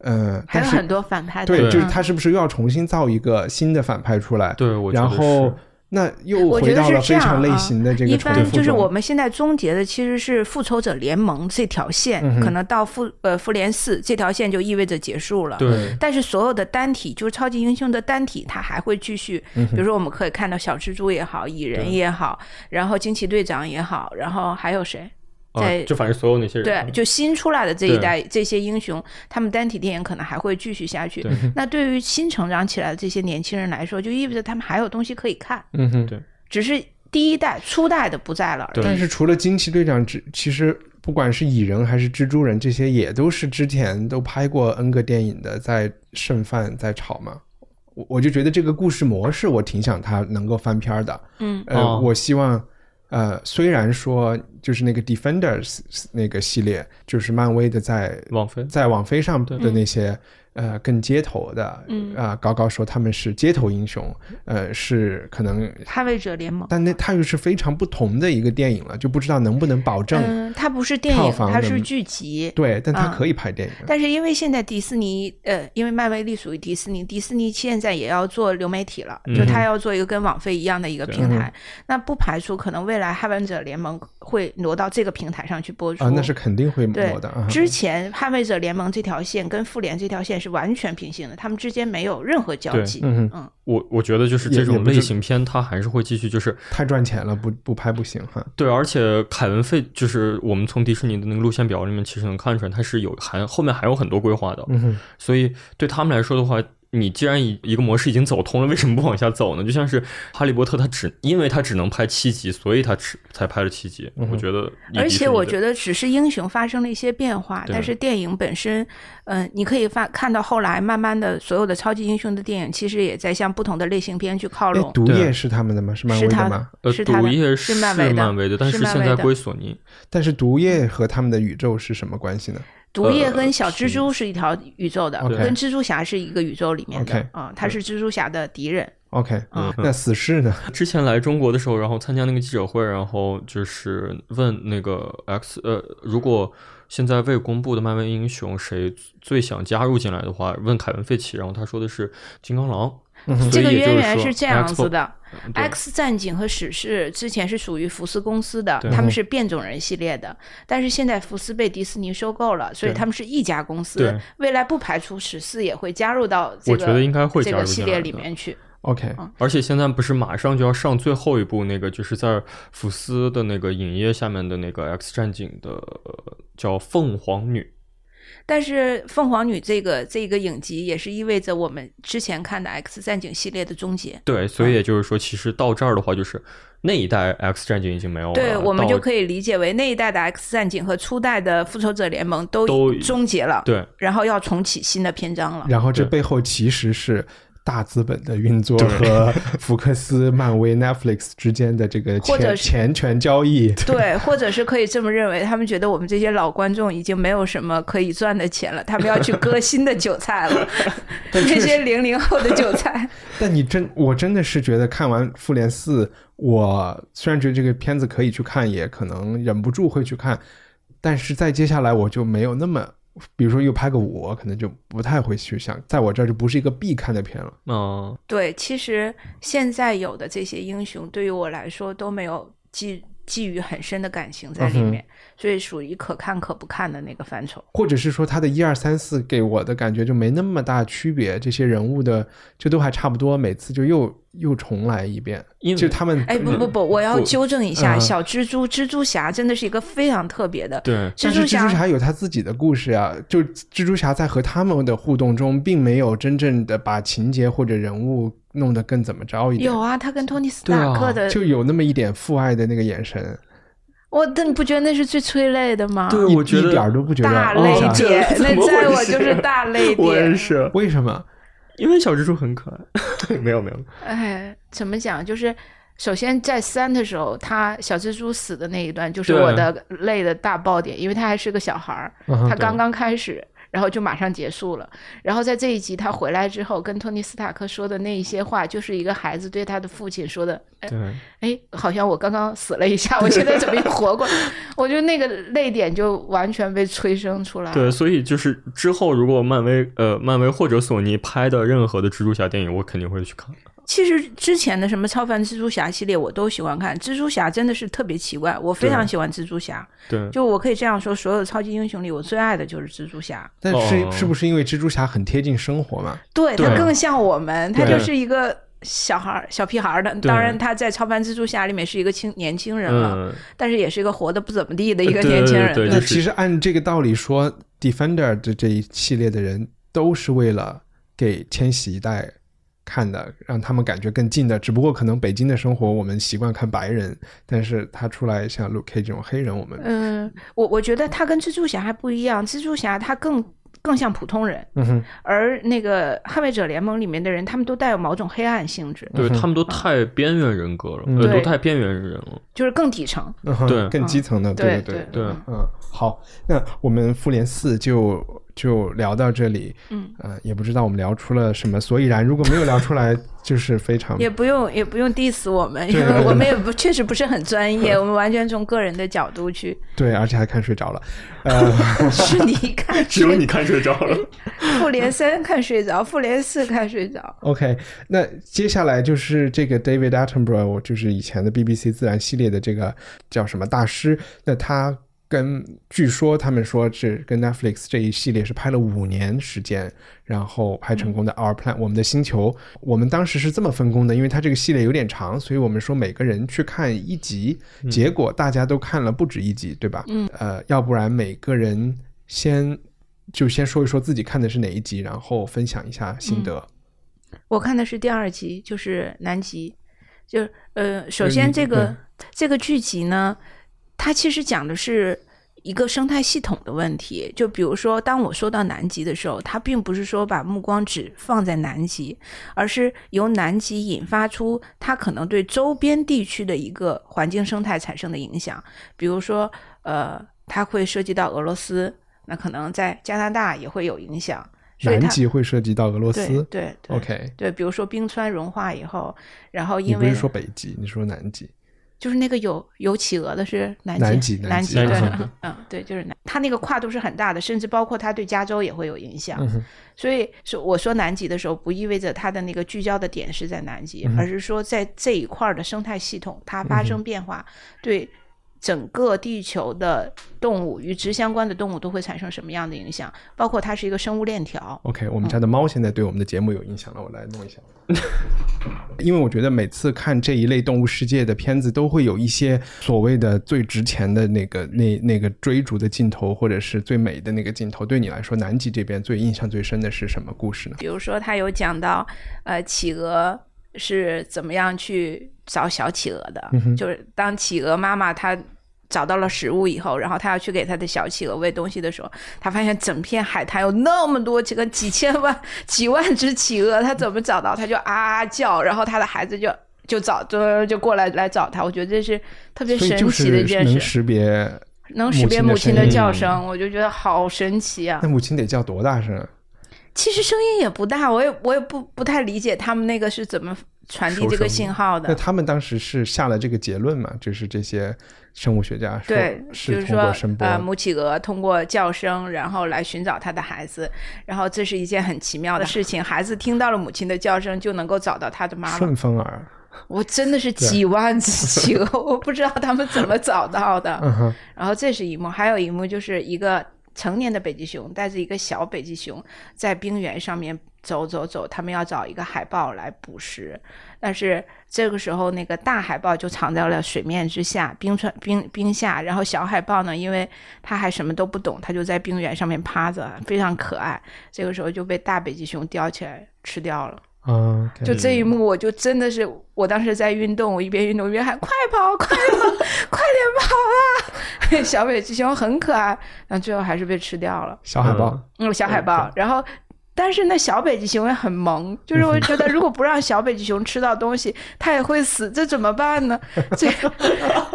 嗯，还但有是很多啊反派的。对，对就是他是不是又要重新造一个新的反派出来？对我觉然得后是。那又我觉回得到了是非这样常类啊型的这个一重复般中，就是我们现在终结的其实是复仇者联盟这条线，嗯哼可能到复呃复联四这条线就意味着结束了。对，但是所有的单体，就是超级英雄的单体，它还会继续。嗯比如说，我们可以看到小蜘蛛也好，蚁人也好，然后惊奇队长也好，然后还有谁？在啊，就反正所有那些人，啊对，就新出来的这一对代这些英雄，他们单体电影可能还会继续下去对。那对于新成长起来的这些年轻人来说，就意味着他们还有东西可以看，嗯哼，只是第一代、初代的不在了而 已。但是除了惊奇队长之，其实不管是蚁人还是蜘蛛人，这些也都是之前都拍过 N 个电影的，在剩饭在炒嘛。我我就觉得这个故事模式，我挺想它能够翻篇儿的。嗯，呃，哦我希望，呃，虽然说就是那个 Defenders 那个系列，就是漫威的在网飞在网飞上的那些呃更街头的，嗯啊、高高说他们是街头英雄，呃，是可能捍卫者联盟。但那它又是非常不同的一个电影了，就不知道能不能保证。嗯，它不是电票影，房它能是剧集。对，但它啊可以拍电影。但是因为现在迪士尼，呃，因为漫威隶属于迪士尼，迪士尼现在也要做流媒体嗯了，就它要做一个跟网飞一样的一个平台。那不排除可能未来《捍卫者联盟》会挪到这个平台上去播出。啊，那是肯定会对磨的啊。之前《捍卫者联盟》这条线跟复联这条线是完全平行的，他们之间没有任何交对集。嗯哼，嗯，我我觉得就是也这也种不是类型片，它还是会继续，就是太赚钱了，不不拍不行哈。对，而且凯文费就是我们从迪士尼的那个路线表里面，其实能看出来，它是有还后面还有很多规划的。嗯哼，所以对他们来说的话，你既然一一个模式已经走通了，为什么不往下走呢？就像是《哈利波特》，它只因为它只能拍七集，所以它只才拍了七嗯集。我觉得，而且我觉得，得只是英雄发生了一些变化，对但是电影本身，嗯、你可以发看到后来慢慢的所有的超级英雄的电影，其实也在向不同的类型片去靠哎拢，。毒对液是他们的吗？是漫威是他的吗？呃，是他毒的液是漫漫威的威的，但是是漫现威在的归索尼。但是毒液和他们的宇宙是什么关系呢？毒液跟呃小蜘蛛是一条宇宙的， OK 跟蜘蛛侠是一个宇宙里面的 OK 啊、他是蜘蛛侠的敌人。 OK，嗯那死侍呢？之前来中国的时候，然后参加那个记者会，然后就是问那个 X，呃，如果现在未公布的漫威英雄谁最想加入进来的话，问凯文·费奇，然后他说的是金刚狼。这所以个也就渊是源说是这样子的。 Xbox- 对 X 战警和史诗之前是属于福斯公司的对，他们是变种人系列的，但是现在福斯被迪士尼收购了，所以对他们是一家公司对。未来不排除史诗也会加入到这我个觉得应该会这加个入系进列来里的面去。 OK，啊而且现在不是马上就要上最后一部那个，就是在福斯的那个影业下面的那个《X 战警》的呃叫《凤凰女》。但是凤凰女这个这个影集也是意味着我们之前看的 X 战警系列的终结。对，所以也就是说，其实到这儿的话，就是那一代《X 战警》已经没有了，对，我们到就可以理解为那一代的 X 战警和初代的复仇者联盟都都终结了，对。然后要重启新的篇章了。然后这对背后其实是。大资本的运作和福克斯、漫威、Netflix 之间的这个或者钱是钱权交易。对，或者是可以这么认为，他们觉得我们这些老观众已经没有什么可以赚的钱了，他们要去 割新的韭菜了，那些零零后的韭菜。但你真，我真的是觉得看完《复联四》，我虽然觉得这个片子可以去看，也可能忍不住会去看，但是再接下来我就没有那么，比如说又拍个五，我可能就不太会去想，在我这儿就不是一个必看的片了。嗯，对，其实现在有的这些英雄，对于我来说都没有寄寄予很深的感情在嗯里面，所以属于可看可不看的那个范畴。或者是说他的一二三四给我的感觉就没那么大区别，这些人物的就都还差不多，每次就又又重来一遍，因为就他们哎，不不不，我要不纠正一下，嗯小蜘蛛、蜘蛛侠真的是一个非常特别的。对，但蜘是蛛蜘蛛侠，侠有他自己的故事啊，就蜘蛛侠在和他们的互动中，并没有真正的把情节或者人物弄得更怎么着一点，有啊，他跟托尼斯对啊塔克的，就有那么一点父爱的那个眼神，我但你不觉得那是最催泪的吗？对一我觉得一点儿都不觉大得。啊类泪哦这点，怎那么在回我就是事大泪我也点。是，为什么？因为小蜘蛛很可爱。 没有没有，哎，怎么讲？就是首先在三的时候，他小蜘蛛死的那一段，就是对我的泪的大爆点，因为他还是个小孩儿，嗯哼他刚刚开始。然后就马上结束了。然后在这一集他回来之后，跟托尼·斯塔克说的那一些话，就是一个孩子对他的父亲说的。哎对，哎，好像我刚刚死了一下，我现在怎么又活过来？ 我觉得那个泪点就完全被催生出来了。对，所以就是之后如果漫威呃漫威或者索尼拍的任何的蜘蛛侠电影，我肯定会去看。其实之前的什么超凡蜘蛛侠系列我都喜欢看，蜘蛛侠真的是特别奇怪，我非常喜欢蜘蛛侠。对，就我可以这样说，所有超级英雄里，我最爱的就是蜘蛛侠。但是、哦是不是因为蜘蛛侠很贴近生活嘛？对对他更像我们，他对就是一个小孩儿、小屁孩儿的。对当然，他在超凡蜘蛛侠里面是一个青年轻人了，嗯，但是也是一个活的不怎么地的一个对年轻人。对那对就是其实按这个道理说，Defender 的这一系列的人都是为了给千禧一代看的，让他们感觉更近的。只不过可能北京的生活我们习惯看白人，但是他出来像 Luke Cage 这种黑人，我们嗯，我我觉得他跟蜘蛛侠还不一样，蜘蛛侠他更更像普通人，嗯哼，而那个捍卫者联盟里面的人，他们都带有某种黑暗性质，对他们都太边缘人格了，呃，对都太边缘人了。就是更底层。嗯哼对更基层的，对对对对嗯，好，那我们复联四就就聊到这里，嗯，呃，也不知道我们聊出了什么所以然，如果没有聊出来， 就是非常嗯也不用也不用 diss 我们，因对为我们也不确实不是很专业，嗯我们完全从个人的角度去。对，而且还看睡着了，呃，是你看， 只有你看睡着了。复联三看睡着，复联四看睡着。 OK，那接下来就是这个 David Attenborough，就是以前的 BBC 自然系列的这个叫什么大师？那他跟据说他们说是跟 Netflix 这一系列是拍了五年时间，然后拍成功的《Our Plan》我们的星球。我们当时是这么分工的，因为它这个系列有点长，所以我们说每个人去看一集，结果大家都看了不止一集，对吧？嗯，呃，要不然每个人先。就先说一说自己看的是哪一集，然后分享一下心得。我看的是第二集，就是南极，就是呃，首先嗯这个、这个剧集呢，它其实讲的是一个生态系统的问题。就比如说，当我说到南极的时候，它并不是说把目光只放在南极，而是由南极引发出它可能对周边地区的一个环境生态产生的影响。比如说，呃，它会涉及到俄罗斯，那可能在加拿大也会有影响。所以它南极会涉及到俄罗斯。对对对 OK，对，比如说冰川融化以后，然后你因不是为说北极，你说南极。就是那个有有企鹅的是南极，南南极南极对南极，嗯，对，就是南，它那个跨度是很大的，甚至包括它对加州也会有影响。嗯哼所以说，我说南极的时候，不意味着它的那个聚焦的点是在南嗯极，而是说在这一块儿的生态系统它发生变化，对整个地球的动物与之相关的动物都会产生什么样的影响，包括它是一个生物链条。 OK，我们家的猫现在对我们的节目有影响了，我来弄一下。 因为我觉得每次看这一类动物世界的片子，都会有一些所谓的最值钱的那个那那个追逐的镜头，或者是最美的那个镜头。对你来说，南极这边最印象最深的是什么故事呢？比如说，他有讲到，呃，企鹅嗯是怎么样去找小企鹅的，就是当企鹅妈妈它找到了食物以后，然后他要去给他的小企鹅喂东西的时候，他发现整片海滩有那么多企鹅，几千万、几万只企鹅，他怎么找到？他就啊啊叫，然后他的孩子就就找就就过来来找他。我觉得这是特别所以神就奇的一是件能事，识别。能识别母母亲亲的的声音叫声，我就觉得好神奇啊那！母亲得叫多大声啊？其实声音也不大，我也我也不不太理解他们那个是怎么传递收这个声信号那的。他们当时是下了这个结论嘛？就是这些生物学家说对，就是通说过声波呃，母企鹅通过叫声，然后来寻找它的孩子，然后这是一件很奇妙哎的事情。孩子听到了母亲的叫声，就能够找到他的妈妈顺。风耳。我真的是几万只企鹅， 我不知道他们怎么找到的。嗯哼，然后这是一幕，还有一幕就是一个成年的北极熊带着一个小北极熊在冰原上面走走走，他们要找一个海豹来捕食，但是这个时候那个大海豹就藏在了水面之下，冰川冰冰下，然后小海豹呢，因为它还什么都不懂，它就在冰原上面趴着，非常可爱。这个时候就被大北极熊叼起来吃掉了。啊，就这一幕，我就真的是，我当时在运动，我一边运动一边喊：“快跑，快跑， 快点跑啊！” 小北极熊很可爱，但最后还是被吃掉了。小海豹，嗯，小海豹。然后，但是那小北极熊也很萌，就是我觉得如果不让小北极熊吃到东西，它也会死，这怎么办呢？这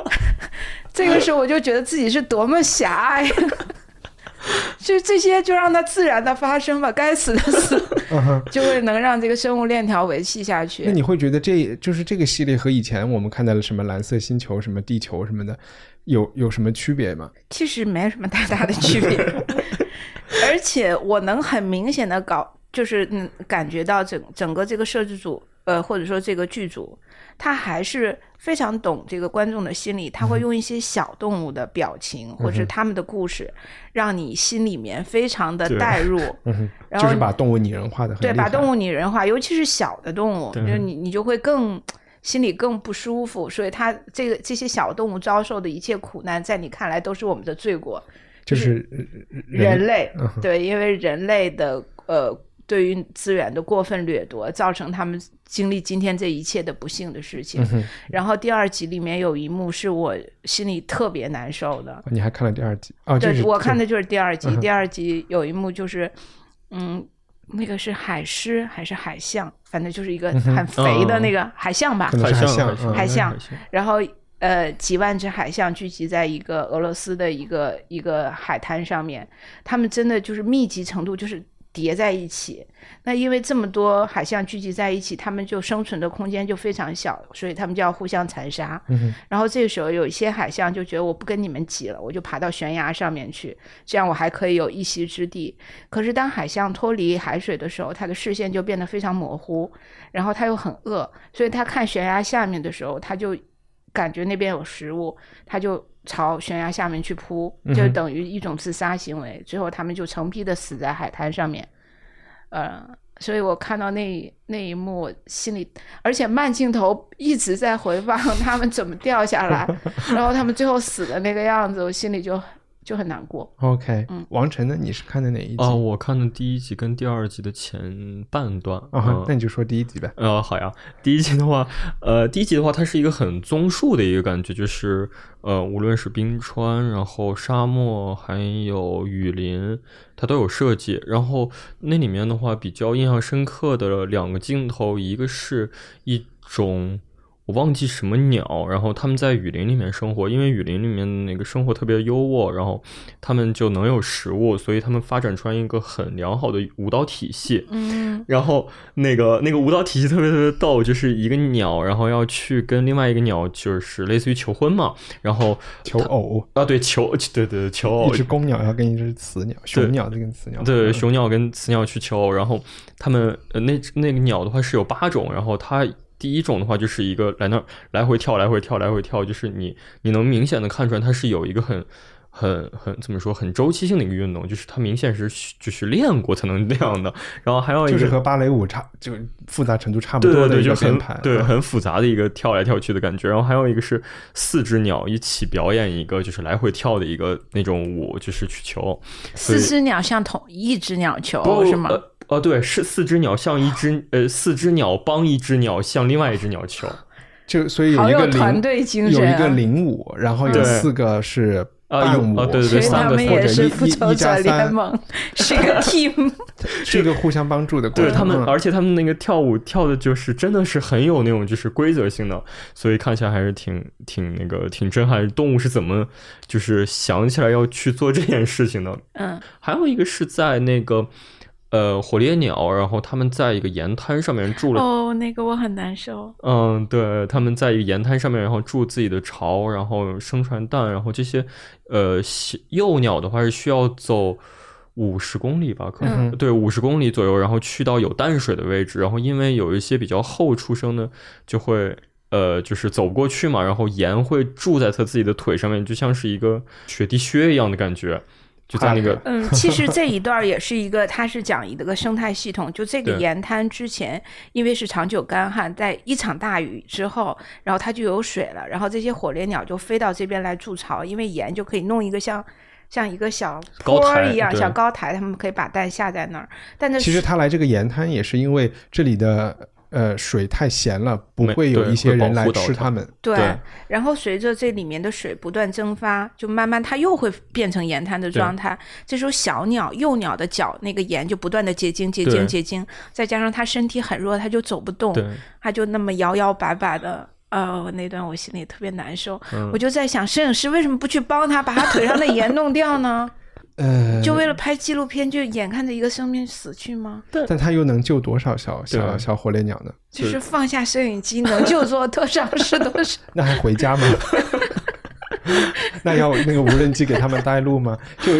这个时候我就觉得自己是多么狭隘。 就这些，就让它自然的发生吧，该死的死，就会能让这个生物链条维系下去。那你会觉得这就是这个系列和以前我们看到的什么蓝色星球、什么地球什么的，有有什么区别吗？其实没什么太大的区别， 而且我能很明显的搞，就是嗯感觉到整整个这个摄制组，呃，或者说这个剧组，他还是非常懂这个观众的心理，嗯他会用一些小动物的表情、或者是他们的故事，让你心里面非常的对代 入，嗯然后就是把动物拟人化的很对，把动物物拟人化，尤其是小的动物，就是你你就会更心里更不舒服，所以它这个这些小动物遭受的一切苦难，在你看来都是我们的罪过。就是人类嗯对，因为人类的呃对于资源的过分掠夺，造成他们经历今天这一切的不幸的事嗯情。然后第二集里面有一幕是我心里特别难受的，哦你还看了第二集啊？这对，是嗯我看的就是第二集。第二集有一幕就是，嗯，那个是海狮还是海象，反正就是一个很肥的那个海象吧。嗯哦可能海是海象象，嗯海海象然后呃，几万只海象聚集在一个俄罗斯的一个一个海滩上面，它们真的就是密集程度就是叠在一起。那因为这么多海象聚集在一起，它们就生存的空间就非常小，所以它们就要互相残杀。嗯然后这个时候有一些海象就觉得我不跟你们挤了，我就爬到悬崖上面去，这样我还可以有一席之地。可是当海象脱离海水的时候，它的视线就变得非常模糊，然后它又很饿，所以它看悬崖下面的时候，它就感觉那边有食物，它就朝悬崖下面去扑，就等于一种自杀行为。最后他们就成批的死在海滩上面。呃，所以我看到那一那一幕，我心里而且慢镜头一直在回放他们怎么掉下来， 然后他们最后死的那个样子，我心里就就很难过。 OK，王嗯晨呢？你是看的哪一集啊，我看的第一集跟第二集的前半段啊哈嗯那你就说第一集呗。呃，好呀，第一集的话，呃，第一集的话，它是一个很综述的一个感觉，就是呃，无论是冰川，然后沙漠，还有雨林，它都有设计。然后那里面的话，比较印象深刻的两个镜头，一个是一种。我忘记什么鸟，然后它们在雨林里面生活，因为雨林里面那个生活特别优渥，然后它们就能有食物，所以它们发展出来一个很良好的舞蹈体系。嗯，然后那个那个舞蹈体系特别特别逗，就是一个鸟，然后要去跟另外一个鸟，就是类似于求婚嘛。然后求偶，啊，对求，对对对求偶一，只公鸟要跟一只雌鸟，雄鸟跟雌鸟，哦对嗯雄鸟跟雌鸟去求偶。然后他们呃那那个鸟的话是有八种，然后它第一种的话就是一个来那儿来回跳，来回跳，来回跳，就是你你能明显的看出来它是有一个很。很很怎么说？很周期性的一个运动，就是它明显是就是练过才能那 样的。然后还有一个就是和芭蕾舞差，就复杂程度差不对多对的对，一就个很编排，对嗯很复杂的一个跳来跳去的感觉。然后还有一个是四只鸟一起表演一个就是来回跳的一个那种舞，就是去球。四只鸟像同一只鸟球是吗？呃哦，对，是四只鸟像一只呃，四只鸟帮一只鸟向另外一只鸟求，就所以有好一有个零团队精神有啊一个零五，然后有对四个是啊伴舞，有啊对对所对以三他个们或也者是一复一仇一加者联三，盟，是一个 team。是一个互相帮助的过程。对他们，嗯而且他们那个跳舞跳的就是真的是很有那种就是规则性的，所以看起来还是挺挺那个挺震撼。动物是怎么就是想起来要去做这件事情的？ 嗯，还有一个是在那个呃火烈鸟，然后他们在一个盐滩上面住了哦，那个我很难受。嗯，对，他们在一个盐滩上面，然后筑自己的巢，然后生产蛋，然后这些，呃，小幼鸟的话是需要走五十公里吧，可能、对五十公里左右，然后去到有淡水的位置，然后因为有一些比较后出生的就会。呃，就是走不过去嘛，然后盐会注在它自己的腿上面，就像是一个雪地靴一样的感觉，就在那个嗯，其实这一段儿也是一个，它是讲一个生态系统。就这个对盐滩之前，因为是长久干旱，在一场大雨之后，然后它就有水了，然后这些火烈鸟就飞到这边来筑巢，因为盐就可以弄一个像像一个小高坡儿台一样，对小高台，他们可以把蛋下在那儿。但那其实他来这个盐滩也是因为这里的呃水太咸了，不没会有对一些会保人来护到吃它它们。对，对然后随着这里面的水不断蒸发，就慢慢它又会变成盐滩的状态。这时候小鸟、幼鸟的脚那个盐就不断的结晶、结晶、对结晶，再加上它身体很弱，它就走不动，对，它就那么摇摇摆摆的。呃，那段我心里特别难受，嗯我就在想，摄影师为什么不去帮他把他腿上的盐弄掉呢？呃，就为了拍纪录片，就眼看着一个生命死去吗？但他又能救多少小小对小火烈鸟呢？就是放下摄影机，能就做多少是多少。那还回家吗？ 那要那个无人机给他们带路吗？就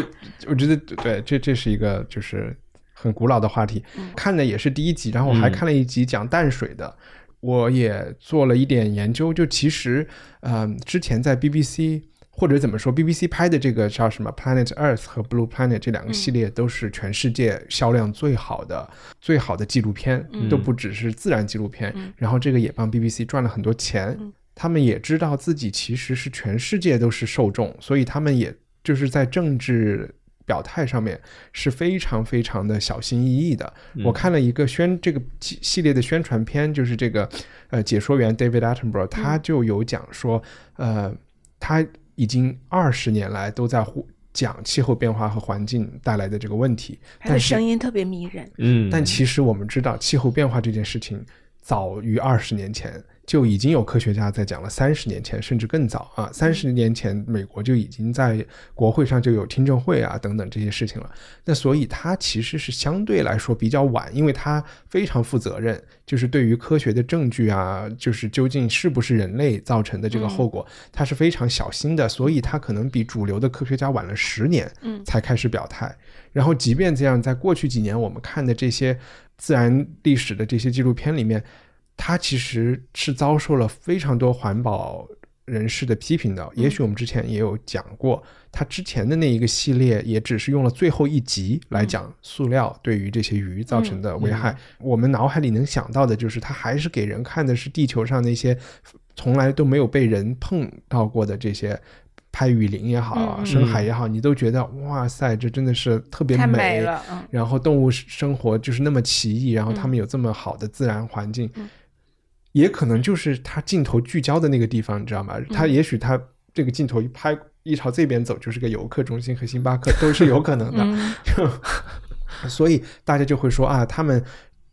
我觉得对，这这是一个就是很古老的话题。看的也是第一集，然后我还嗯看了一集讲淡水的，我也做了一点研究。就其实，嗯、之前在 BBC 或者怎么说，BBC 拍的这个叫什么《Planet Earth》和《Blue Planet》这两个系列都是全世界销量最好的、最好的纪录片，都不只是自然纪录片。然后这个也帮 BBC 赚了很多钱。他们也知道自己其实是全世界都是受众，所以他们也就是在政治表态上面是非常非常的小心翼翼的。我看了一个宣这个系系列的宣传片，就是这个呃解说员 David Attenborough，他就有讲说，呃，他已经二十年来都在呼讲气候变化和环境带来的这个问题，他但的是声音特别迷人，嗯，但其实我们知道，气候变化这件事情早于二十年前就已经有科学家在讲了，三十年前甚至更早啊，三十年前美国就已经在国会上就有听证会啊等等这些事情了。那所以它其实是相对来说比较晚，因为它非常负责任，就是对于科学的证据啊，就是究竟是不是人类造成的这个后果，它是非常小心的，所以它可能比主流的科学家晚了十年，嗯，才开始表态。然后，即便这样，在过去几年我们看的这些自然历史的这些纪录片里面，它其实是遭受了非常多环保人士的批评的。也嗯许我们之前也有讲过，它之前的那一个系列也只是用了最后一集嗯来讲塑料对于这些鱼造成的危害。我们脑海里能想到的就是，它还是给人看的是地球上那些从来都没有被人碰到过的这些。拍雨林也好啊，嗯嗯深海也好，你都觉得哇塞，这真的是特别太美了，嗯。然后动物生活就是那么奇异，然后他们有这么好的自然环嗯境，也可能就是它镜头聚焦的那个地方，你知道吗？它也许它这个镜头一拍一朝这边走，就是个游客中心和星巴克都是有可能的。 就所以大家就会说啊，他们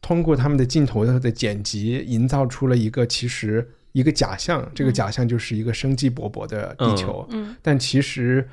通过他们的镜头的剪辑，营造出了一个其实一个假象，这个假象就是一个生机勃勃的地球。嗯嗯但其实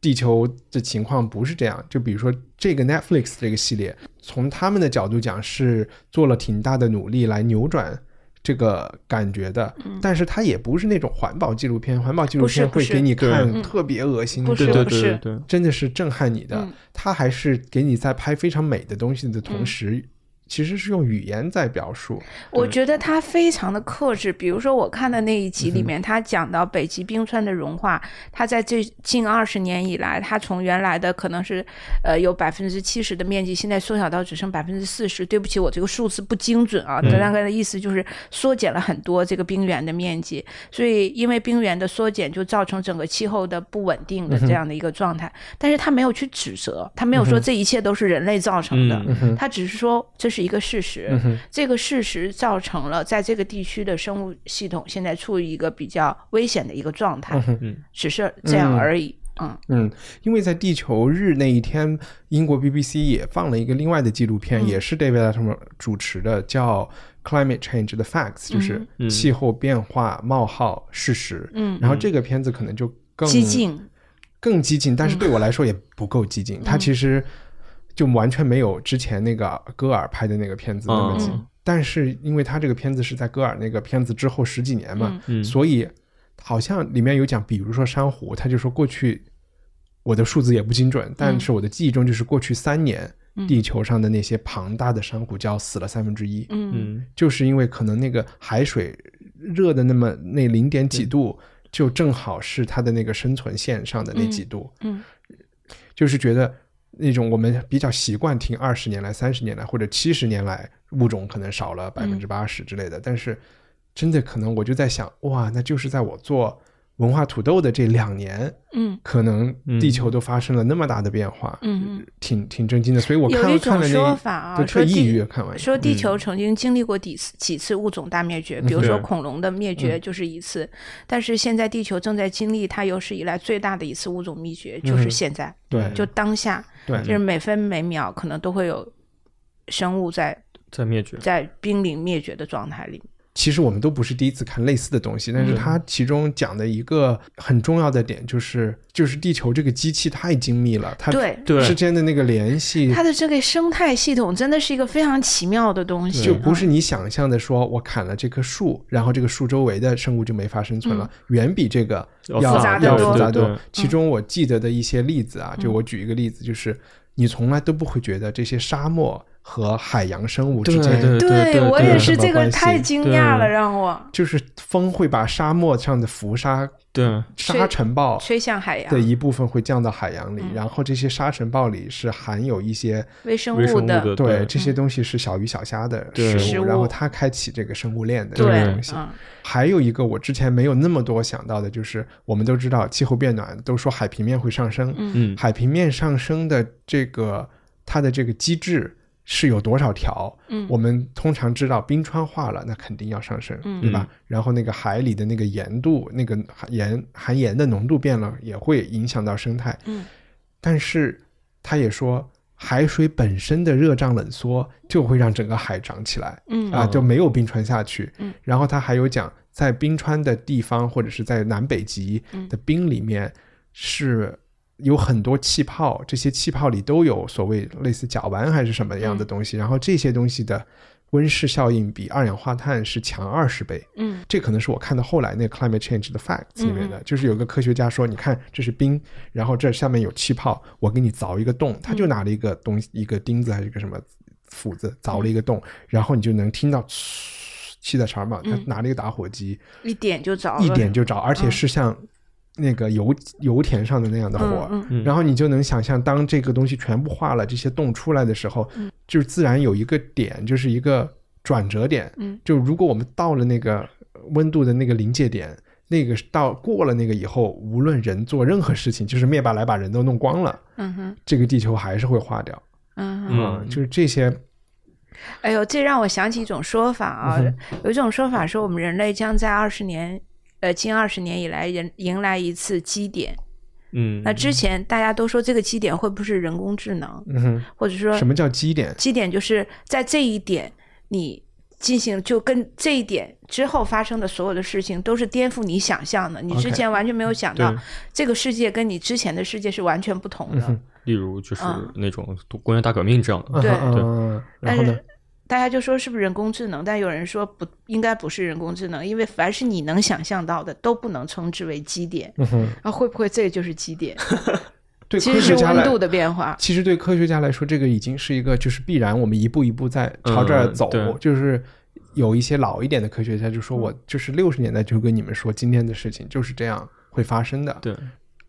地球的情况不是这样。就比如说这个 Netflix 这个系列，从他们的角度讲是做了挺大的努力来扭转。这个感觉的，但是它也不是那种环保纪录片，环保纪录不是片嗯不会是给你看嗯特别恶心，不对是对不对是对对，嗯真的是震撼你的。嗯他还是给你在拍非常美的东西的同时，嗯其实是用语言在表述。我觉得他非常的克制。比如说，我看的那一集里面，他讲到北极冰川的融化，它在最近二十年以来，它从原来的可能是呃有百分之七十的面积，现在缩小到只剩百分之四十。对不起，我这个数字不精准啊，但大概的意思就是缩减了很多这个冰原的面积。所以，因为冰原的缩减，就造成整个气候的不稳定的这样的一个状态。但是他没有去指责，他没有说这一切都是人类造成的，他只是说这是是一个事实。哼这个事实造成了在这个地区的生物系统现在处于一个比较危险的一个状态，只是这样而已。嗯嗯，因为在地球日那一天，英国 BBC 也放了一个另外的纪录嗯片，也是 David Attenborough 主持的，叫《Climate Change: The Facts》，就是气候变化冒号事实。嗯然后这个片子可能就更激进，更激进，但是对我来说也不够激进。它其实就完全没有之前那个戈尔拍的那个片子那么激。嗯但是因为它这个片子是在戈尔那个片子之后十几年嘛，嗯所以好像里面有讲，比如说珊瑚，他就说过去我的数字也不精准，但是我的记忆中就是过去三年、地球上的那些庞大的珊瑚礁死了三分之一。嗯嗯就是因为可能那个海水热的那么那零点几度，就正好是它的那个生存线上的那几度，嗯就是觉得那种我们比较习惯听二十年来、三十年来或者七十年来物种可能少嗯了百分之八十之类的，但是真的可能我就在想，哇，那就是在我做文化土豆的这两年，嗯可能地球都发生了那么大的变化，嗯嗯，挺挺震惊的。所以我有看一看种了说那法啊，都说特抑地郁，看完以嗯后说地球曾经经历过几次几次物种大灭绝，嗯比如对说恐龙的灭绝就是一次，但是现在地球正在经历它有史以来最大的一次物种灭绝，就是现在，嗯对嗯就当下，对就是每分每秒可能都会有生物在在灭绝。在濒临灭绝的状态里。其实我们都不是第一次看类似的东西，但是它其中讲的一个很重要的点就是，就是地球这个机器太精密了，它对对之间的那个联系它的这个生态系统真的是一个非常奇妙的东西，就不是嗯你想象的说，我砍了这棵树，然后这个树周围的生物就没法生存了，嗯远比这个要要复杂得要多复杂对对多。其中我记得的一些例子嗯啊，就我举一个例子，就是你从来都不会觉得这些沙漠和海洋生物之间对对对我对也有什是么这个关系太惊讶了，对让我就是风会把沙漠上的浮沙对，沙尘暴吹向海洋嗯的一部分会降到海洋里，然后这些沙尘暴里是含有一些微生微生物物的的对这些东西是小鱼小虾的对食食物然后它开启这个生物链的这对个东西。嗯还有一个我之前没有那么多想到的，就是我们都知道气候变暖，都说海平面会上升，嗯海平面上升的这个它的这个机制是有多少条？嗯我们通常知道冰川化了，那肯定要上升，嗯对吧？然后那个海里的那个盐度，那个含盐含盐的浓度变了，也会影响到生态。嗯，但是他也说，海水本身的热胀冷缩就会让整个海涨起来。嗯啊，就没有冰川下去。嗯然后他还有讲，在冰川的地方或者是在南北极嗯的冰里面是有很多气泡，这些气泡里都有所谓类似甲烷还是什么嗯样的东西，然后这些东西的温室效应比二氧化碳是强二十倍。嗯这可能是我看到后来那个 climate change 的 facts 里面的，就是有个科学家说，你看这是冰，然后这下面有气泡，我给你凿一个洞，他就拿了一个东西，一个钉子还是一个什么斧子凿了一个洞，然后你就能听到呲气的声嘛，他拿了一个打火机，一点就着了，一点就着，而嗯且是像那个油、油田上的那样的火。嗯然后你就能想象，当这个东西全部化了，这些洞出来的时候，嗯就是自然有一个点，就是一个转折点。嗯就如果我们到了那个温度的那个临界点，那个到过了那个以后，无论人做任何事情，就是灭霸来把人都弄光了，嗯哼这个地球还是会化掉。啊嗯哼，嗯，就是这些，哎呦，这让我想起一种说法啊，嗯有一种说法说我们人类将在二十年。呃，近二十年以来，人迎来一次基点。嗯，那之前大家都说这个基点会不会是人工智能，嗯哼，或者说什么叫基点？基点就是在这一点你进行，就跟这一点之后发生的所有的事情都是颠覆你想象的，你之 OK 前完全没有想到对这个世界跟你之前的世界是完全不同嗯的。例如就是嗯那种工业大革命这样的，对嗯对嗯然但后呢是？大家就说是不是人工智能？但有人说不应该不是人工智能，因为凡是你能想象到的都不能称之为基点。嗯哼，啊，会不会这就是 基点？对其科实是学家温来度的变化。其实对科学家来说，这个已经是一个就是必然，我们一步一步在朝这儿走。嗯对嗯就是有一些老一点的科学家就说，我就是六十年代就跟你们说，今天的事情就是这样会发生的。对，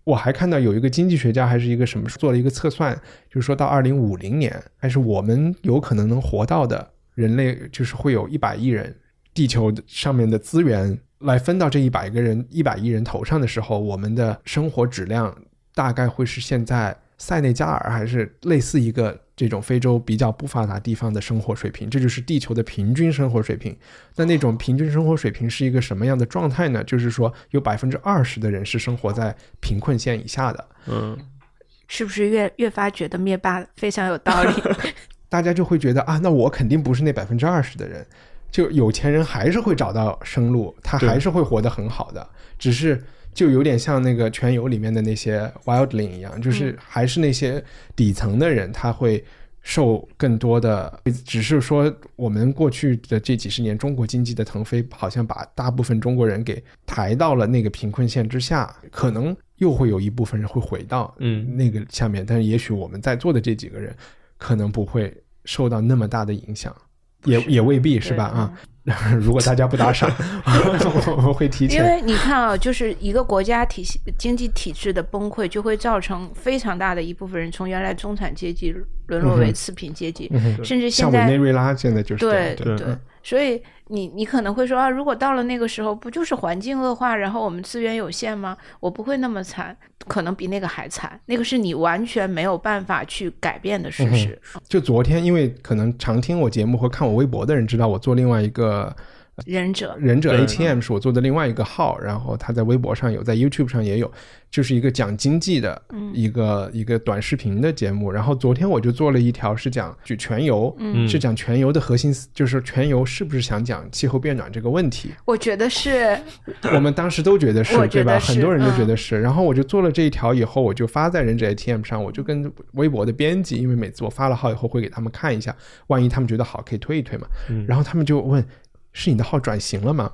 我还看到有一个经济学家还是一个什么做了一个测算，就是说到二零五零年，还是我们有可能能活到的人类，就是会有一百亿人，地球上面的资源来分到这一百个人一百亿人头上的时候，我们的生活质量大概会是现在塞内加尔还是类似一个这种非洲比较不发达地方的生活水平，这就是地球的平均生活水平。那那种平均生活水平是一个什么样的状态呢？就是说有百分之二十的人是生活在贫困线以下的，嗯，是不是越越发觉得灭霸非常有道理？大家就会觉得啊，那我肯定不是那百分之二十的人。就有钱人还是会找到生路，他对还是会活得很好的，只是就有点像那个《全游》里面的那些 wildling 一样，就是还是那些底层的人，他会受更多的。只是说我们过去的这几十年，中国经济的腾飞，好像把大部分中国人给抬到了那个贫困线之下，可能又会有一部分人会回到嗯那个下面，但是也许我们在座的这几个人，可能不会受到那么大的影响。也也未必是吧？对啊， 如果大家不打 赏，我们会提因前。为你看啊，就是一个国家体系经济体制的崩溃，就会造成非常大的一部分人从原来中产阶级沦落嗯为哼次贫阶级，嗯哼甚至现像委内在瑞拉现在就是这样对对对嗯，所以你你可能会说啊，如果到了那个时候，不就是环境恶化，然后我们资源有限吗？我不会那么惨，可能比那个还惨，那个是你完全没有办法去改变的事实。就昨天，因为可能常听我节目和看我微博的人知道，我做另外一个忍者，忍者对 ATM 是我做的另外一个号，然后他在微博上有，在 YouTube 上也有，就是一个讲经济的一个、一个短视频的节目。然后昨天我就做了一条是讲就全游，嗯是讲全游的核心思，就是全游是不是想讲气候变暖这个问题？我觉得是 我们当时都觉得是我对觉得吧？是嗯很多人都觉得是。然后我就做了这一条以后，我就发在忍者 ATM 上，我就跟微博的编辑，因为每次我发了号以后会给他们看一下，万一他们觉得好可以推一推嘛。嗯然后他们就问：“是你的号转型了吗？”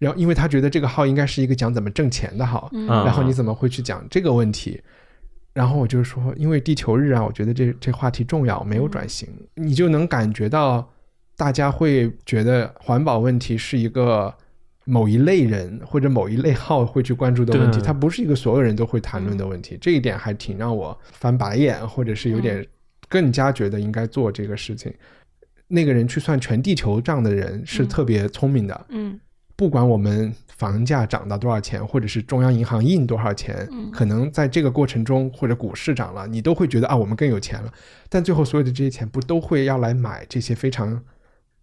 然后因为他觉得这个号应该是一个讲怎么挣钱的号，嗯啊然后你怎么会去讲这个问题？然后我就说，因为地球日啊，我觉得这这话题重要，没有转型，你就能感觉到大家会觉得环保问题是一个某一类人或者某一类号会去关注的问题，对它不是一个所有人都会谈论的问题。这一点还挺让我翻白眼，或者是有点更加觉得应该做这个事情。那个人去算全地球账的人是嗯特别聪明的，嗯不管我们房价涨到多少钱，或者是中央银行印多少钱，嗯可能在这个过程中或者股市涨了，你都会觉得啊，我们更有钱了。但最后所有的这些钱不都会要来买这些非常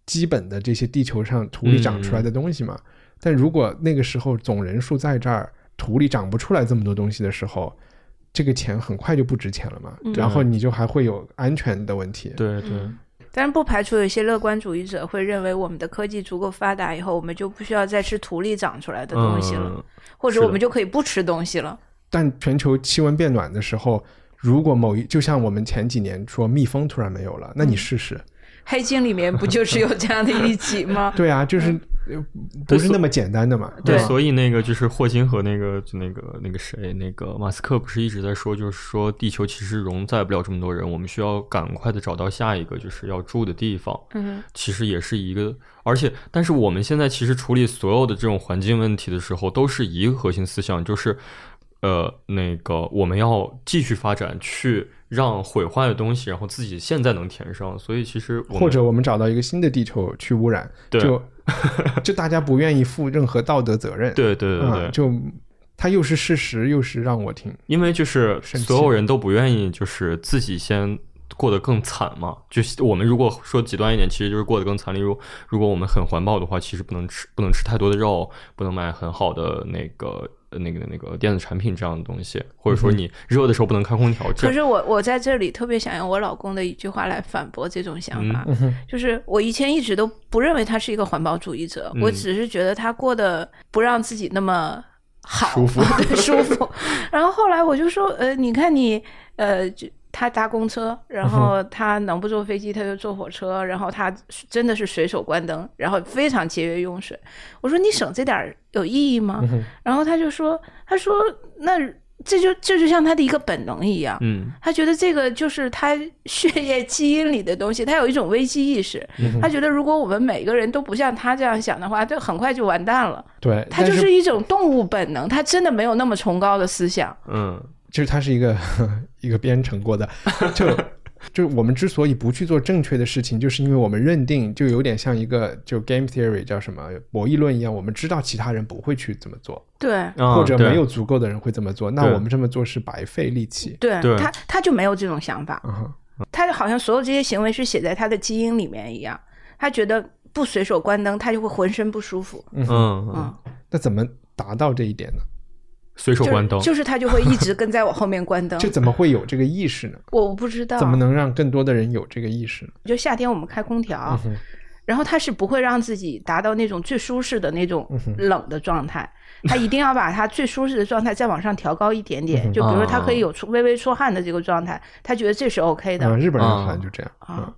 基本的这些地球上土里长出来的东西嘛？但如果那个时候总人数在这儿，土里长不出来这么多东西的时候，这个钱很快就不值钱了嘛。嗯然后你就还会有安全的问题。对对，嗯，当然不排除有一些乐观主义者会认为，我们的科技足够发达以后，我们就不需要再吃土里长出来的东西了，嗯或是者的我们就可以不吃东西了。但全球气温变暖的时候，如果某一就像我们前几年说蜜蜂突然没有了，那你试试。？黑镜里面不就是有这样的一集吗 对啊，就是嗯呃不是那么简单的嘛。对对，吧所以那个就是霍金和那个就那个那个谁，那个马斯克不是一直在说，就是说地球其实容载不了这么多人，我们需要赶快的找到下一个就是要住的地方。嗯，其实也是一个，而且但是我们现在其实处理所有的这种环境问题的时候，都是一个核心思想，就是呃那个我们要继续发展，去让毁坏的东西，然后自己现在能填上。所以其实我们或者我们找到一个新的地球去污染，对就 就大家不愿意负任何道德责任。对对对对、啊，就它又是事实，又是让我挺因为就是生气所有人都不愿意，就是自己先过得更惨嘛。就是我们如果说极端一点，其实就是过得更惨。例如，如果我们很环保的话，其实不能吃不能吃太多的肉，不能买很好的那个呃那个那个电子产品这样的东西，或者嗯说你热的时候不能开空调。可这是我我在这里特别想用我老公的一句话来反驳这种想嗯法，就是我以前一直都不认为他是一个环保主义者，嗯我只是觉得他过得不让自己那么好，舒服 对舒服。然后后来我就说，呃，你看你，呃，就他搭公车，然嗯后他能不坐飞机他就坐火车，然后他真的是随手关灯，然后非常节约用水。我说你省这点儿有意义嗯吗？然后他就说，他说那这就这就像他的一个本能一样，嗯他觉得这个就是他血液基因里的东西，他有一种危机意识。嗯他觉得如果我们每个人都不像他这样想的话，就很快就完蛋了。对，他就但是是一种动物本能，他真的没有那么崇高的思想。嗯 就是它是一个一个编程过的，就就是我们之所以不去做正确的事情，就是因为我们认定，就有点像一个就 game theory 叫什么博弈论一样，我们知道其他人不会去这么做，对啊或者对没有足够的人会这么做，那对我们这么做是白费力气。对对他他就没有这种想法，嗯哼，他好像所有这些行为是写在他的基因里面一样，他觉得不随手关灯，他就会浑身不舒服。嗯嗯，嗯，那怎么达到这一点呢？随手就关灯是，就是他就会一直跟在我后面关灯。就怎么会有这个意识呢？我不知道怎么能让更多的人有这个意识呢？就夏天我们开空调，嗯哼然后他是不会让自己达到那种最舒适的那种嗯冷的状态，他一定要把他最舒适的状态再往上调高一点嗯点。就比如说他可以有出微微出汗的这个状态，他觉得这是 OK 哦嗯，的。日本人啊好像就这样。啊嗯，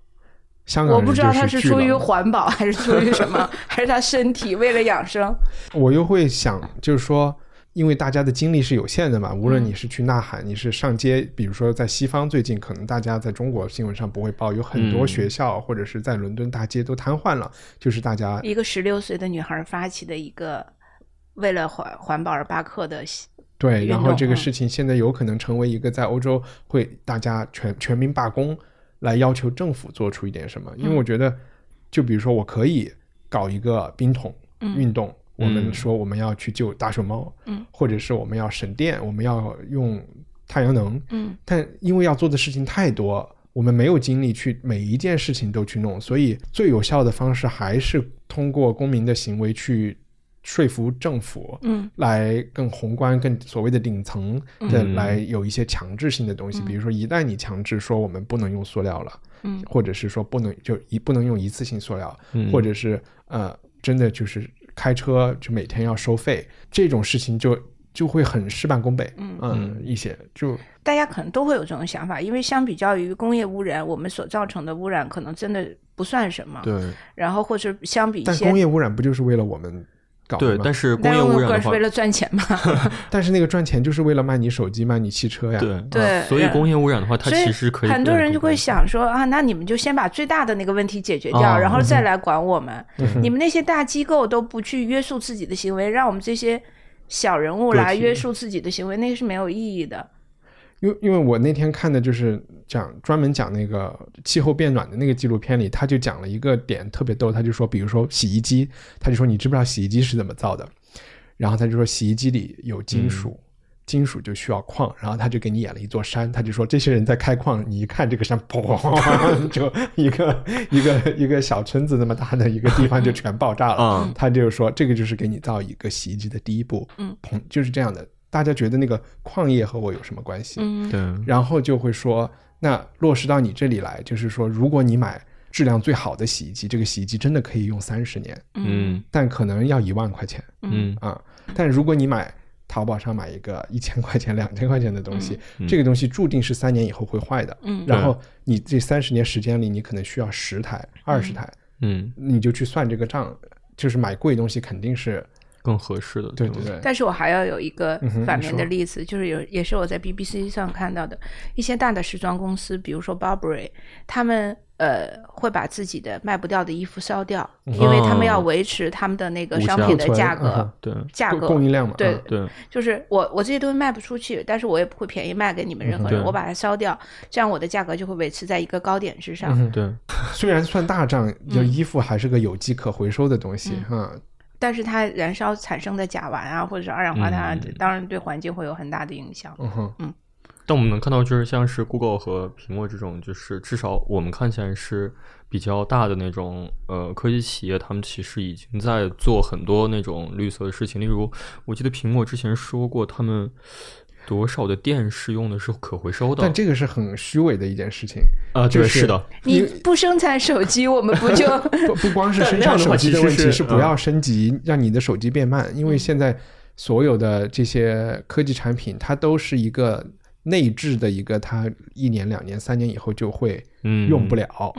香港我人不知道他就是巨出于冷环 保还是出于什么，还是他身体为了养生。我又会想，就是说，因为大家的精力是有限的嘛，无论你是去呐喊，你是上街，比如说在西方最近，可能大家在中国新闻上不会报，有很多嗯学校或者是在伦敦大街都瘫痪了，就是大家一个十六岁的女孩发起的一个为了环环保而罢课的行，对，运然后动这个嗯事情现在有可能成为一个在欧洲会大家全全民罢工来要求政府做出一点什么，因为嗯我觉得，就比如说我可以搞一个冰桶运动，我们嗯说我们要去救大熊猫，嗯，或者是我们要省电，我们要用太阳能，嗯，但因为要做的事情太多，我们没有精力去每一件事情都去弄，所以最有效的方式还是通过公民的行为去说服政府，嗯，来更宏观、更所谓的顶层的嗯来有一些强制性的东西，比如说一旦你强制说我们不能用塑料了，嗯，或者是说不能就一不能用一次性塑料，嗯或者是呃真的就是开车就每天要收费这种事情就。就会很事半功倍，嗯一些就大家可能都会有这种想法，因为相比较于工业污染，我们所造成的污染可能真的不算什么。对，然后或者相比一啊但些工，业污染不就是为了我们搞的对，吗？但是工但业是我污们染的个是话为，了赚钱嘛，但是那个赚钱就是为了卖你手机、卖你汽车呀。对啊对所以嗯工业污染的话， 它所以其实可以很多人就会对想说啊，那你们就先把最大的那个问题解决掉，啊嗯然后再来管我们。嗯你们那些大机构都不去约束自己的行为，让我们这些小人物个来体约束自己的行为，那个是没有意义的。因为因为我那天看的就是讲专门讲那个气候变暖的那个纪录片里，他就讲了一个点特别逗，他就说，比如说洗衣机，他就说你知不知道洗衣机是怎么造的？然后他就说洗衣机里有金嗯属，金属就需要矿，然后他就给你演了一座山，他就说这些人在开矿，你一看这个山， 砰，就一个一个一个小村子那么大的一个地方就全爆 炸了。啊，他就说这个就是给你造一个洗衣机的第一步，嗯，砰，就是这样的。大家觉得那个矿业和我有什么关系？嗯，对，然后就会说，那落实到你这里来，就是说，如果你买质量最好的洗衣机，这个洗衣机真的可以用三十年，嗯但可能要一万块钱嗯啊。但如果你买淘宝上买一个一千块钱、两千块钱的东西，嗯这个东西注定是三年以后会坏的。嗯然后你这三十年时间里，你可能需要十台、二十台，嗯，你就去算这个账，就是买贵东西肯定是更合适的，对不对对。但是我还要有一个嗯哼反你面说的例子，就是有也是我在 BBC 上看到的一些大的时装公司，比如说 Burberry，他们呃会把自己的卖不掉的衣服烧掉，嗯因为哦他们要维持他们的那个物商价品的价库存嗯格哼对价供格供应量嘛，对嗯对，就是我我这些东西卖不出去，但是我也不会便宜卖给你们任何嗯人，对我把它烧掉，这样我的价格就会维持在一个高点之上。嗯对，虽然算大账，就嗯衣服还是个有机可回收的东西啊，但是它燃烧产生的甲烷啊，或者是二氧化碳啊，当然对环境会有很大的影响。嗯哼，但我们能看到，就是像是 Google 和苹果这种，就是至少我们看起来是比较大的那种呃科技企业，他们其实已经在做很多那种绿色的事情。例如，我记得苹果之前说过，他们多少的电是用的是可回收的，但这个是很虚伪的一件事情，啊，对，就是是的，你不生产手机，我们不就 不不光是生产手机的问题，这样的话其实是是嗯不要升级，让你的手机变慢，因为现在所有的这些科技产品，它都是一个内置的一个，它一年、两年、三年以后就会嗯，用不了，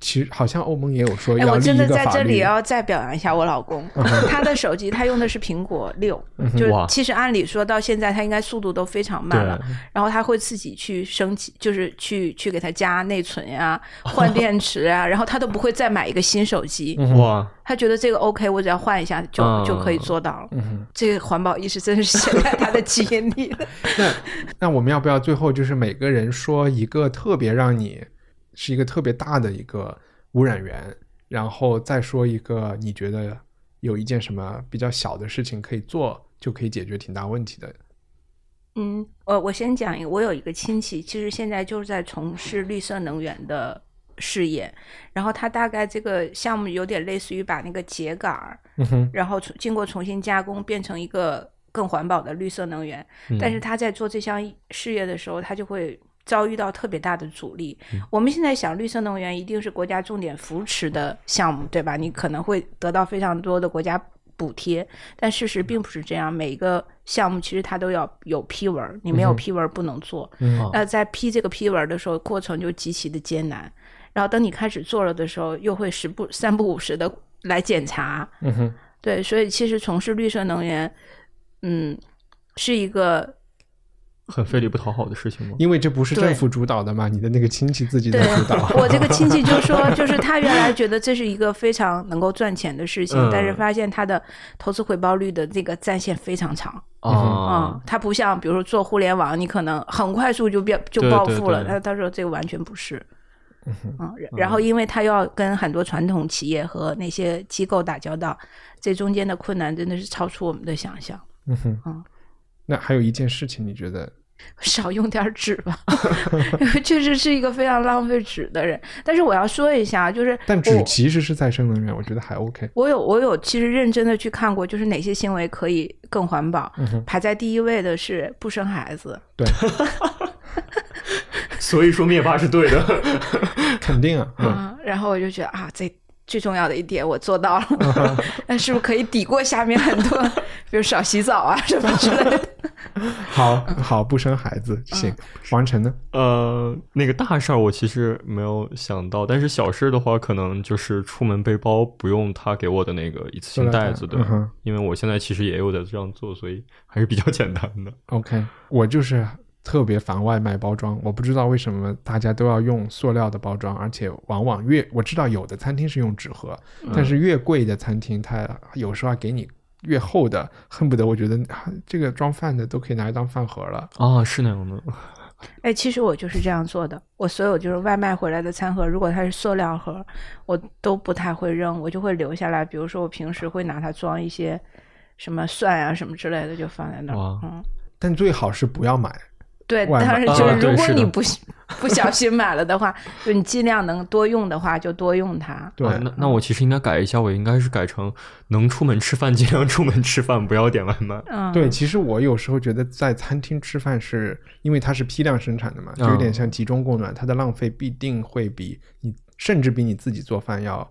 其实好像欧盟也有说哎，要我立真一的个在法这里律。嗯要再表扬一下我老公， 他的手机他用的是苹果六，就哇是其实按理说到现在他应该速度都非常慢了对，然后他会自己去升级，就是去去给他加内存呀、换电池啊， 然后他都不会再买一个新手机，嗯哇，他觉得这个 OK，我只要换一下就、嗯就可以做到了。这个环保意识真是写在他的 基因里的。那那我们要不要最后就是每个人说一个特别让你是一个特别大的一个污染源，然后再说一个你觉得有一件什么比较小的事情可以做就可以解决挺大问题的？嗯，呃，我先讲一个，我有一个亲戚，其实现在就是在从事绿色能源的事业，然后他大概这个项目有点类似于把那个秸秆儿，嗯哼，然后重经过重新加工变成一个更环保的绿色能源，嗯但是他在做这项事业的时候，他就会。遭遇到特别大的阻力。嗯我们现在想，绿色能源一定是国家重点扶持的项目，对吧？你可能会得到非常多的国家补贴，但事实并不是这样。每一个项目其实它都要有批文儿，你没有批文儿不能做。嗯哦那在批这个批文儿的时候，过程就极其的艰难。然后等你开始做了的时候，又会十不三不五时的来检查。嗯哼，对，所以其实从事绿色能源，嗯，是一个很费力不讨好的事情吗？因为这不是对政府主导的嘛，你的那个亲戚自己对在主导。 我这个亲戚就说，就是他原来觉得这是一个非常能够赚钱的事情，嗯但是发现他的投资回报率的这个战线非常长嗯啊，嗯他不像比如说做互联网，你可能很快速就变就对暴对富了，对他他说这个完全不是。嗯，然然后因为他要跟很多传统企业和那些机构打交道，这中间的困难真的是超出我们的想象。 嗯哼嗯，那还有一件事情，你觉得？少用点儿纸吧， 因为确实是一个非常浪费纸的人。但是我要说一下，就是但我纸其实是再生能源，我觉得还 OK。我有我有其实认真的去看过，就是哪些行为可以更环保。排在第一位的是不生孩子，对，所以说灭霸是对的。 肯定啊， 嗯嗯，然后我就觉得啊，这最重要的一点我做到了，那是不是可以抵过下面很多， 比如少洗澡啊什么之类的？好好不生孩子嗯行。王晨呢？呃，那个大事儿我其实没有想到，但是小事的话，可能就是出门背包不用他给我的那个一次性塑料袋袋子，对嗯哼，因为我现在其实也有在这样做，所以还是比较 简单的。 OK，我就是特别烦外卖包装，我不知道为什么大家都要用塑料的包装，而且往往越我知道有的餐厅是用纸盒，但是越贵的餐厅，它有时候还给你越厚的，恨不得我觉得、啊这个装饭的都可以拿来当饭盒了。啊，是那样的，哎，其实我就是这样做的。我所有就是外卖回来的餐盒，如果它是塑料盒，我都不太会扔，我就会留下来。比如说我平时会拿它装一些什么蒜啊什么之类的，就放在那哇儿。嗯。但最好是不要买。对，外卖当然啊就是对如果是的你不不小心买了的话，就你尽量能多用的话就多用它。对，啊那那我其实应该改一下，我应该是改成能出门吃饭尽量出门吃饭，不要点外卖。嗯，对，其实我有时候觉得在餐厅吃饭是，因为它是批量生产的嘛，就有点像集中供暖，它的浪费必定会比你甚至比你自己做饭要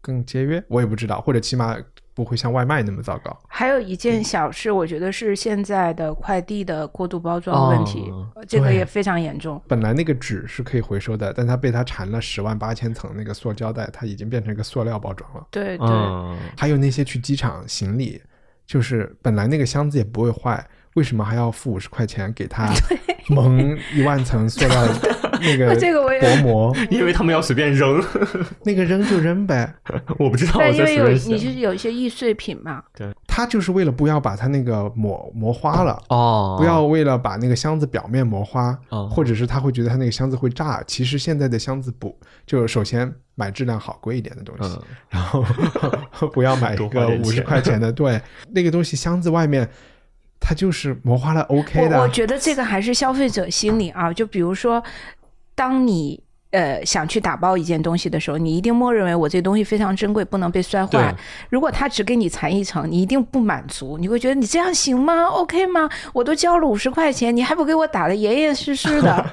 更节约。我也不知道，或者起码不会像外卖那么糟糕。还有一件小事，我觉得是现在的快递的过度包装问题，哦呃这个对也非常严重。本来那个纸是可以回收的，但它被它缠了十万八千层那个塑胶袋，它已经变成一个塑料包装了。对对，嗯，还有那些去机场行李，就是本来那个箱子也不会坏，为什么还要付五十块钱给 它蒙一万层塑料那 个啊这个我也薄膜？因为他们要随便扔， 那个扔就扔呗，我不知道我但因在为随有便你写是有一些易碎品嘛，他就是为了不要把它那个抹磨花了。哦不要为了把那个箱子表面磨花，哦或者是他会觉得他那个箱子会炸。其实现在的箱子不，就首先买质量好、贵一点的东西，嗯然后 不要买一多花个点五十钱块钱的。对，那个东西箱子外面它就是磨花了 OK 的。我我觉得这个还是消费者心理啊，就比如说，当你呃想去打包一件东西的时候，你一定默认为我这东西非常珍贵，不能被摔坏对。如果他只给你缠一层，你一定不满足，你会觉得你这样行吗？OK 吗？我都交了五十块钱，你还不给我打的严严实实的，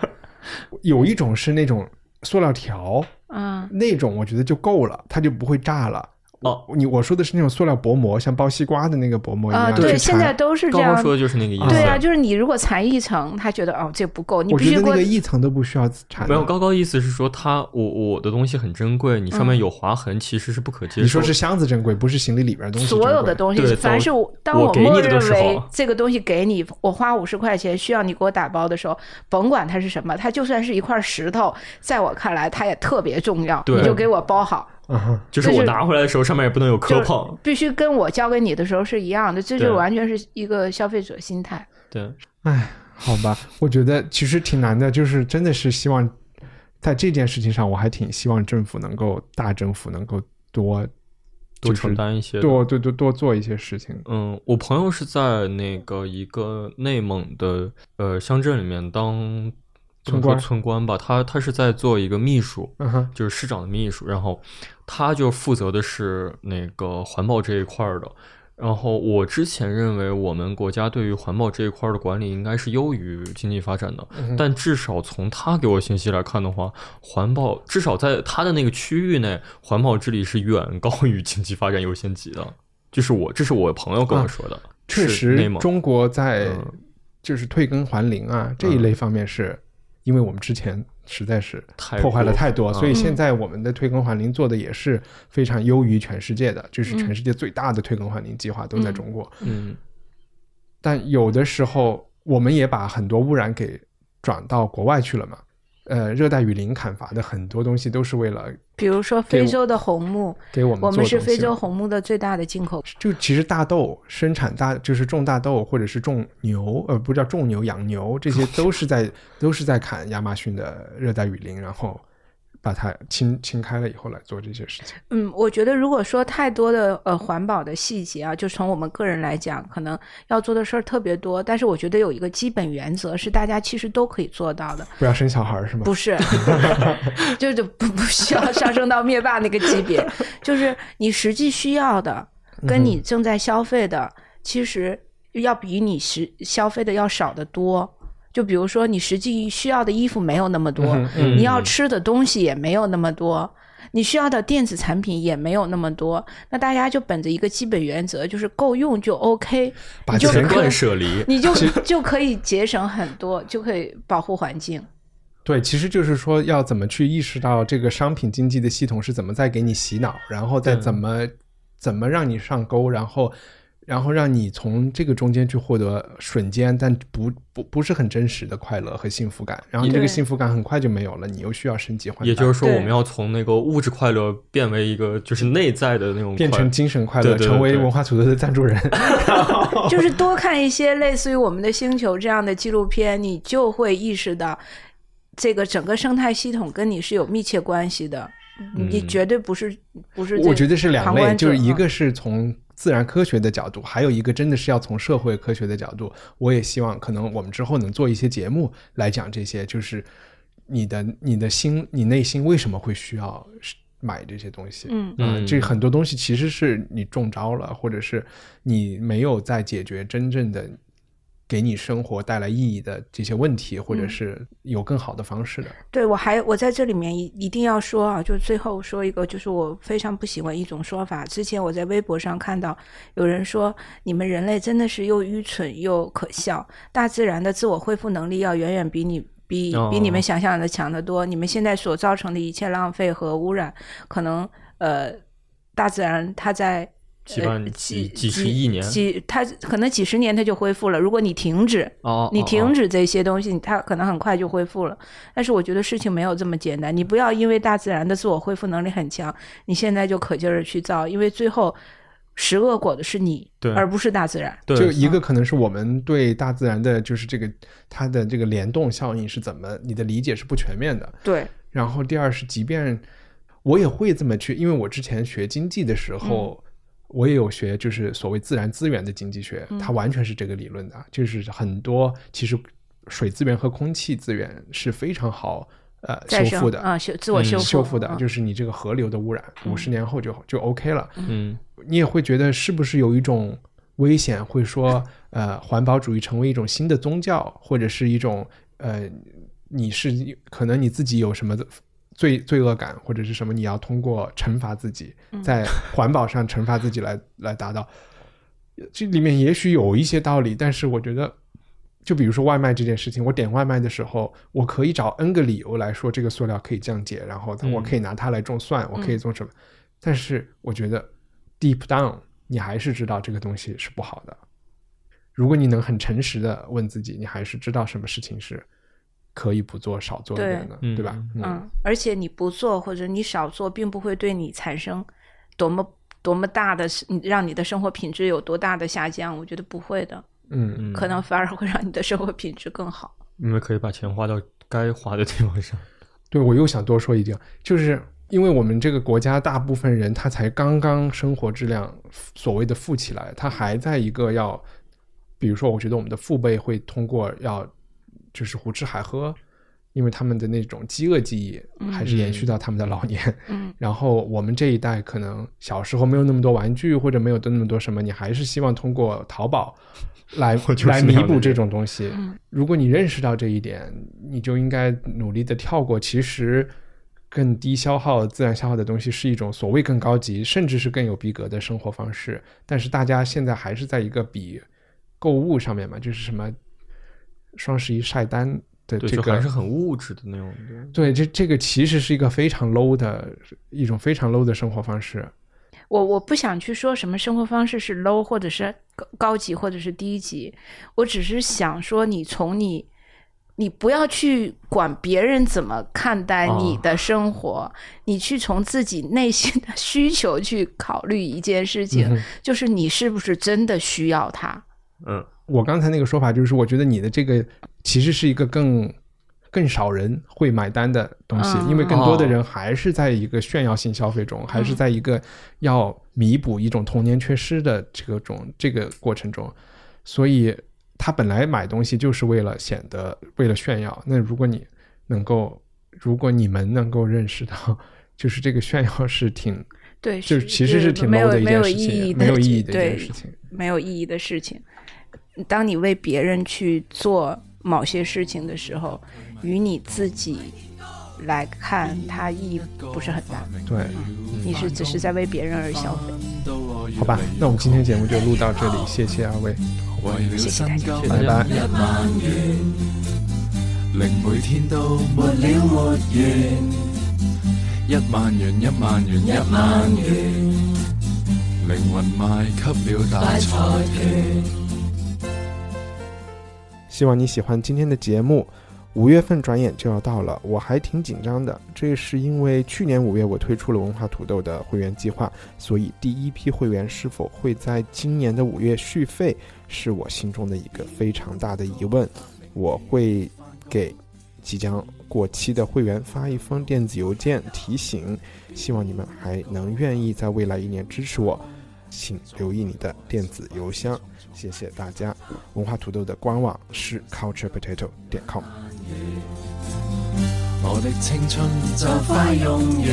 有一种是那种塑料条，嗯。那种我觉得就够了，它就不会炸了。哦，你我说的是那种塑料薄膜，像剥西瓜的那个薄膜一样。啊，就对，去现在缠。都是这高样高。说的就是那个意思。对啊，就是你如果缠一层，他觉得哦这不够，你我必觉须得给那我个一层都不需要缠。没有，高高的意思是说他，我我的东西很珍贵，你上面有划痕，其实是不可接受。嗯你说是箱子珍贵，不是行李里边的东西珍贵。所有的东西对，凡是我当我我给你默的认时为候这个东西给你，我花五十块钱需要你给我打包的时候，甭管它是什么，它就算是一块石头，在我看来它也特别重要，对你就给我包好，啊哈，就是就是我拿回来的时候，上面也不能有磕就是碰。必须跟我交给你的时候是一样的，这对就完全是一个消费者心态。对，哎，好吧，我觉得其实挺难的，就是真的是希望在这件事情上，我还挺希望政府能够大政府能够多多就是承担一些。多多多多做一些事情。嗯，我朋友是在那个一个内蒙的呃乡镇里面当不村能说官村官吧，他他是在做一个秘书，嗯哼，就是市长的秘书，然后他就负责的是那个环保这一块儿的。然后我之前认为我们国家对于环保这一块儿的管理应该是优于经济发展的，嗯但至少从他给我信息来看的话，环保至少在他的那个区域内，环保治理是远高于经济发展优先级的。就是我，这是我朋友跟我说的，啊确是内实，蒙中国在嗯就是退耕还林啊、这一类方面是，因为我们之前实在是太破坏了多太多，嗯所以现在我们的退耕还林做的也是非常优于全世界的，就是全世界最大的退耕还林计划都在中国。嗯，但有的时候我们也把很多污染给转到国外去了嘛。呃，热带雨林砍伐的很多东西都是为了比如说给非我洲的红木，给我们我做们是东非西洲嘛红木的最大的进口就其实大豆生产大就是种大豆或者是种牛，呃，不叫种牛养牛，这些都是 在都是在砍亚马逊的热带雨林，然后把它清清开了以后来做这些事情。嗯，我觉得如果说太多的呃环保的细节啊，就从我们个人来讲，可能要做的事儿特别多。但是我觉得有一个基本原则是大家其实都可以做到的，不要生小孩儿是吗？不是，就是不不需要上升到灭霸那个级别，就是你实际需要的跟你正在消费的，其实要比你实消费的要少得多。就比如说你实际需要的衣服没有那么多，嗯你要吃的东西也没有那么多，你需要的电子产品也没有那么多。那大家就本着一个基本原则，就是够用就 OK，把你就钱钱可断舍离。你就就可以节省很多，就可以保护环境。对，其实就是说要怎么去意识到这个商品经济的系统是怎么在给你洗脑，然后再对怎么怎么让你上钩，然后然后让你从这个中间去获得瞬间但不不不是很真实的快乐和幸福感，然后你这个对幸福感很快就没有了，你又需要升级换代，也就是说，对我们要从那个物质快乐变为一个就是内在的那种变成快精神快乐，对对对成为对文化土豆的赞助人。哦就是多看一些类似于我们的《星球》这样的纪录片，你就会意识到，这个整个生态系统跟你是有密切关系的。你绝对不是不是这，嗯我觉得是两旁类，观就是者一啊个是从自然科学的角度，还有一个真的是要从社会科学的角度。我也希望，可能我们之后能做一些节目来讲这些，就是你的你的心，你内心为什么会需要是买这些东西？嗯啊、嗯这很多东西其实是你中招了，或者是你没有在解决真正的。给你生活带来意义的这些问题，或者嗯是有更好的方式的，对我还我在这里面一一定要说啊，就是最后说一个，就是我非常不喜欢一种说法。之前我在微博上看到有人说，你们人类真的是又愚蠢又可笑，大自然的自我恢复能力要远远比你。比比你们哦想象的强得多。你们现在所造成的一切浪费和污染，可能呃，大自然它在几呃万几几几十亿年几它可能几十年它就恢复了。如果你停止，哦，你哦停止这些东西，它可能很快就恢复了。但是我觉得事情没有这么简单，你不要因为大自然的自我恢复能力很强，你现在就可劲儿去造，因为最后食恶果的是你对，而不是大自然。对就一个可能是我们对大自然的，就是这个它的这个联动效应是怎么，你的理解是不全面的。对，然后第二是，即便我也会这么去，因为我之前学经济的嗯时候，我也有学就是所谓自然资源的经济嗯学，它完全是这个理论的，啊就是很多其实水资源和空气资源是非常好呃再修生复的啊，修自我嗯修复、嗯修复的啊，就是你这个河流的污染，五十年后就就 OK 了。嗯，你也会觉得是不是有一种危险，会说呃，环保主义成为一种新的宗教，或者是一种呃，你是可能你自己有什么罪罪恶感或者是什么，你要通过惩罚自己，在环保上惩罚自己来来达到。这里面也许有一些道理，但是我觉得，就比如说外卖这件事情，我点外卖的时候，我可以找 N 个理由来说这个塑料可以降解，然后我可以拿它来种蒜，我可以种什么。但是我觉得 deep down，你还是知道这个东西是不好的。如果你能很诚实的问自己，你还是知道什么事情是可以不做、少做一点的，对对吧？嗯，而且你不做或者你少做，并不会对你产生多么多么大的，让你的生活品质有多大的下降，我觉得不会的，嗯嗯，嗯可能反而会让你的生活品质更好。因为可以把钱花到该花的地方上。对我又想多说一句，就是因为我们这个国家大部分人他才刚刚生活质量所谓的富起来，他还在一个要，比如说，我觉得我们的父辈会通过要就是胡吃海喝，因为他们的那种饥饿记忆还是延续到他们的老年。嗯然后我们这一代可能小时候没有那么多玩具，或者没有那么多什么，你还是希望通过淘宝 来就是来那弥样的补人这种东西。如果你认识到这一点，你就应该努力的跳过。其实更低消耗、自然消耗的东西是一种所谓更高级，甚至是更有逼格的生活方式。但是大家现在还是在一个比购物上面嘛，就是什么双十一晒单的对，这就个还是很物质的那种。对，这这个其实是一个非常 low 的一种非常 low 的生活方式。我我不想去说什么生活方式是 low 或者是高高级或者是低级，我只是想说你从你。你不要去管别人怎么看待哦你的生活，你去从自己内心的需求去考虑一件事情，嗯就是你是不是真的需要它。嗯，我刚才那个说法就是，我觉得你的这个其实是一个更更少人会买单的东西，嗯因为更多的人还是在一个炫耀性消费中，还是在一个要弥补一种童年缺失的这个种这个过程中，所以他本来买东西就是为了显得为了炫耀。那如果你能够，如果你们能够认识到，就是这个炫耀是挺，对，就是其实是挺没 low 有的一没件有事意义情，啊的，没有意义的一对件事情。没有意义的事情。当你为别人去做某些事情的时候，与你自己来看，它意义不是很大。对，你是只是在为别人而消费。好吧，那我们今天节目就录到这里，谢谢二位。為了身謝高謝大家拜拜一萬元，令每天都沒了沒完。一萬元，一萬元，一萬元，靈魂賣給了大財團。希望你喜欢今天的节目。五月份转眼就要到了，我还挺紧张的。这是因为去年五月我推出了文化土豆的会员计划，所以第一批会员是否会在今年的五月续费，是我心中的一个非常大的疑问。我会给即将过期的会员发一封电子邮件提醒，希望你们还能愿意在未来一年支持我。请留意你的电子邮箱，谢谢大家。文化土豆的官网是 culturepotato 点 com。我的青春就快用完，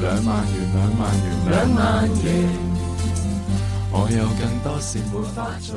兩萬元，兩萬元，兩萬元，我有更多事沒法做。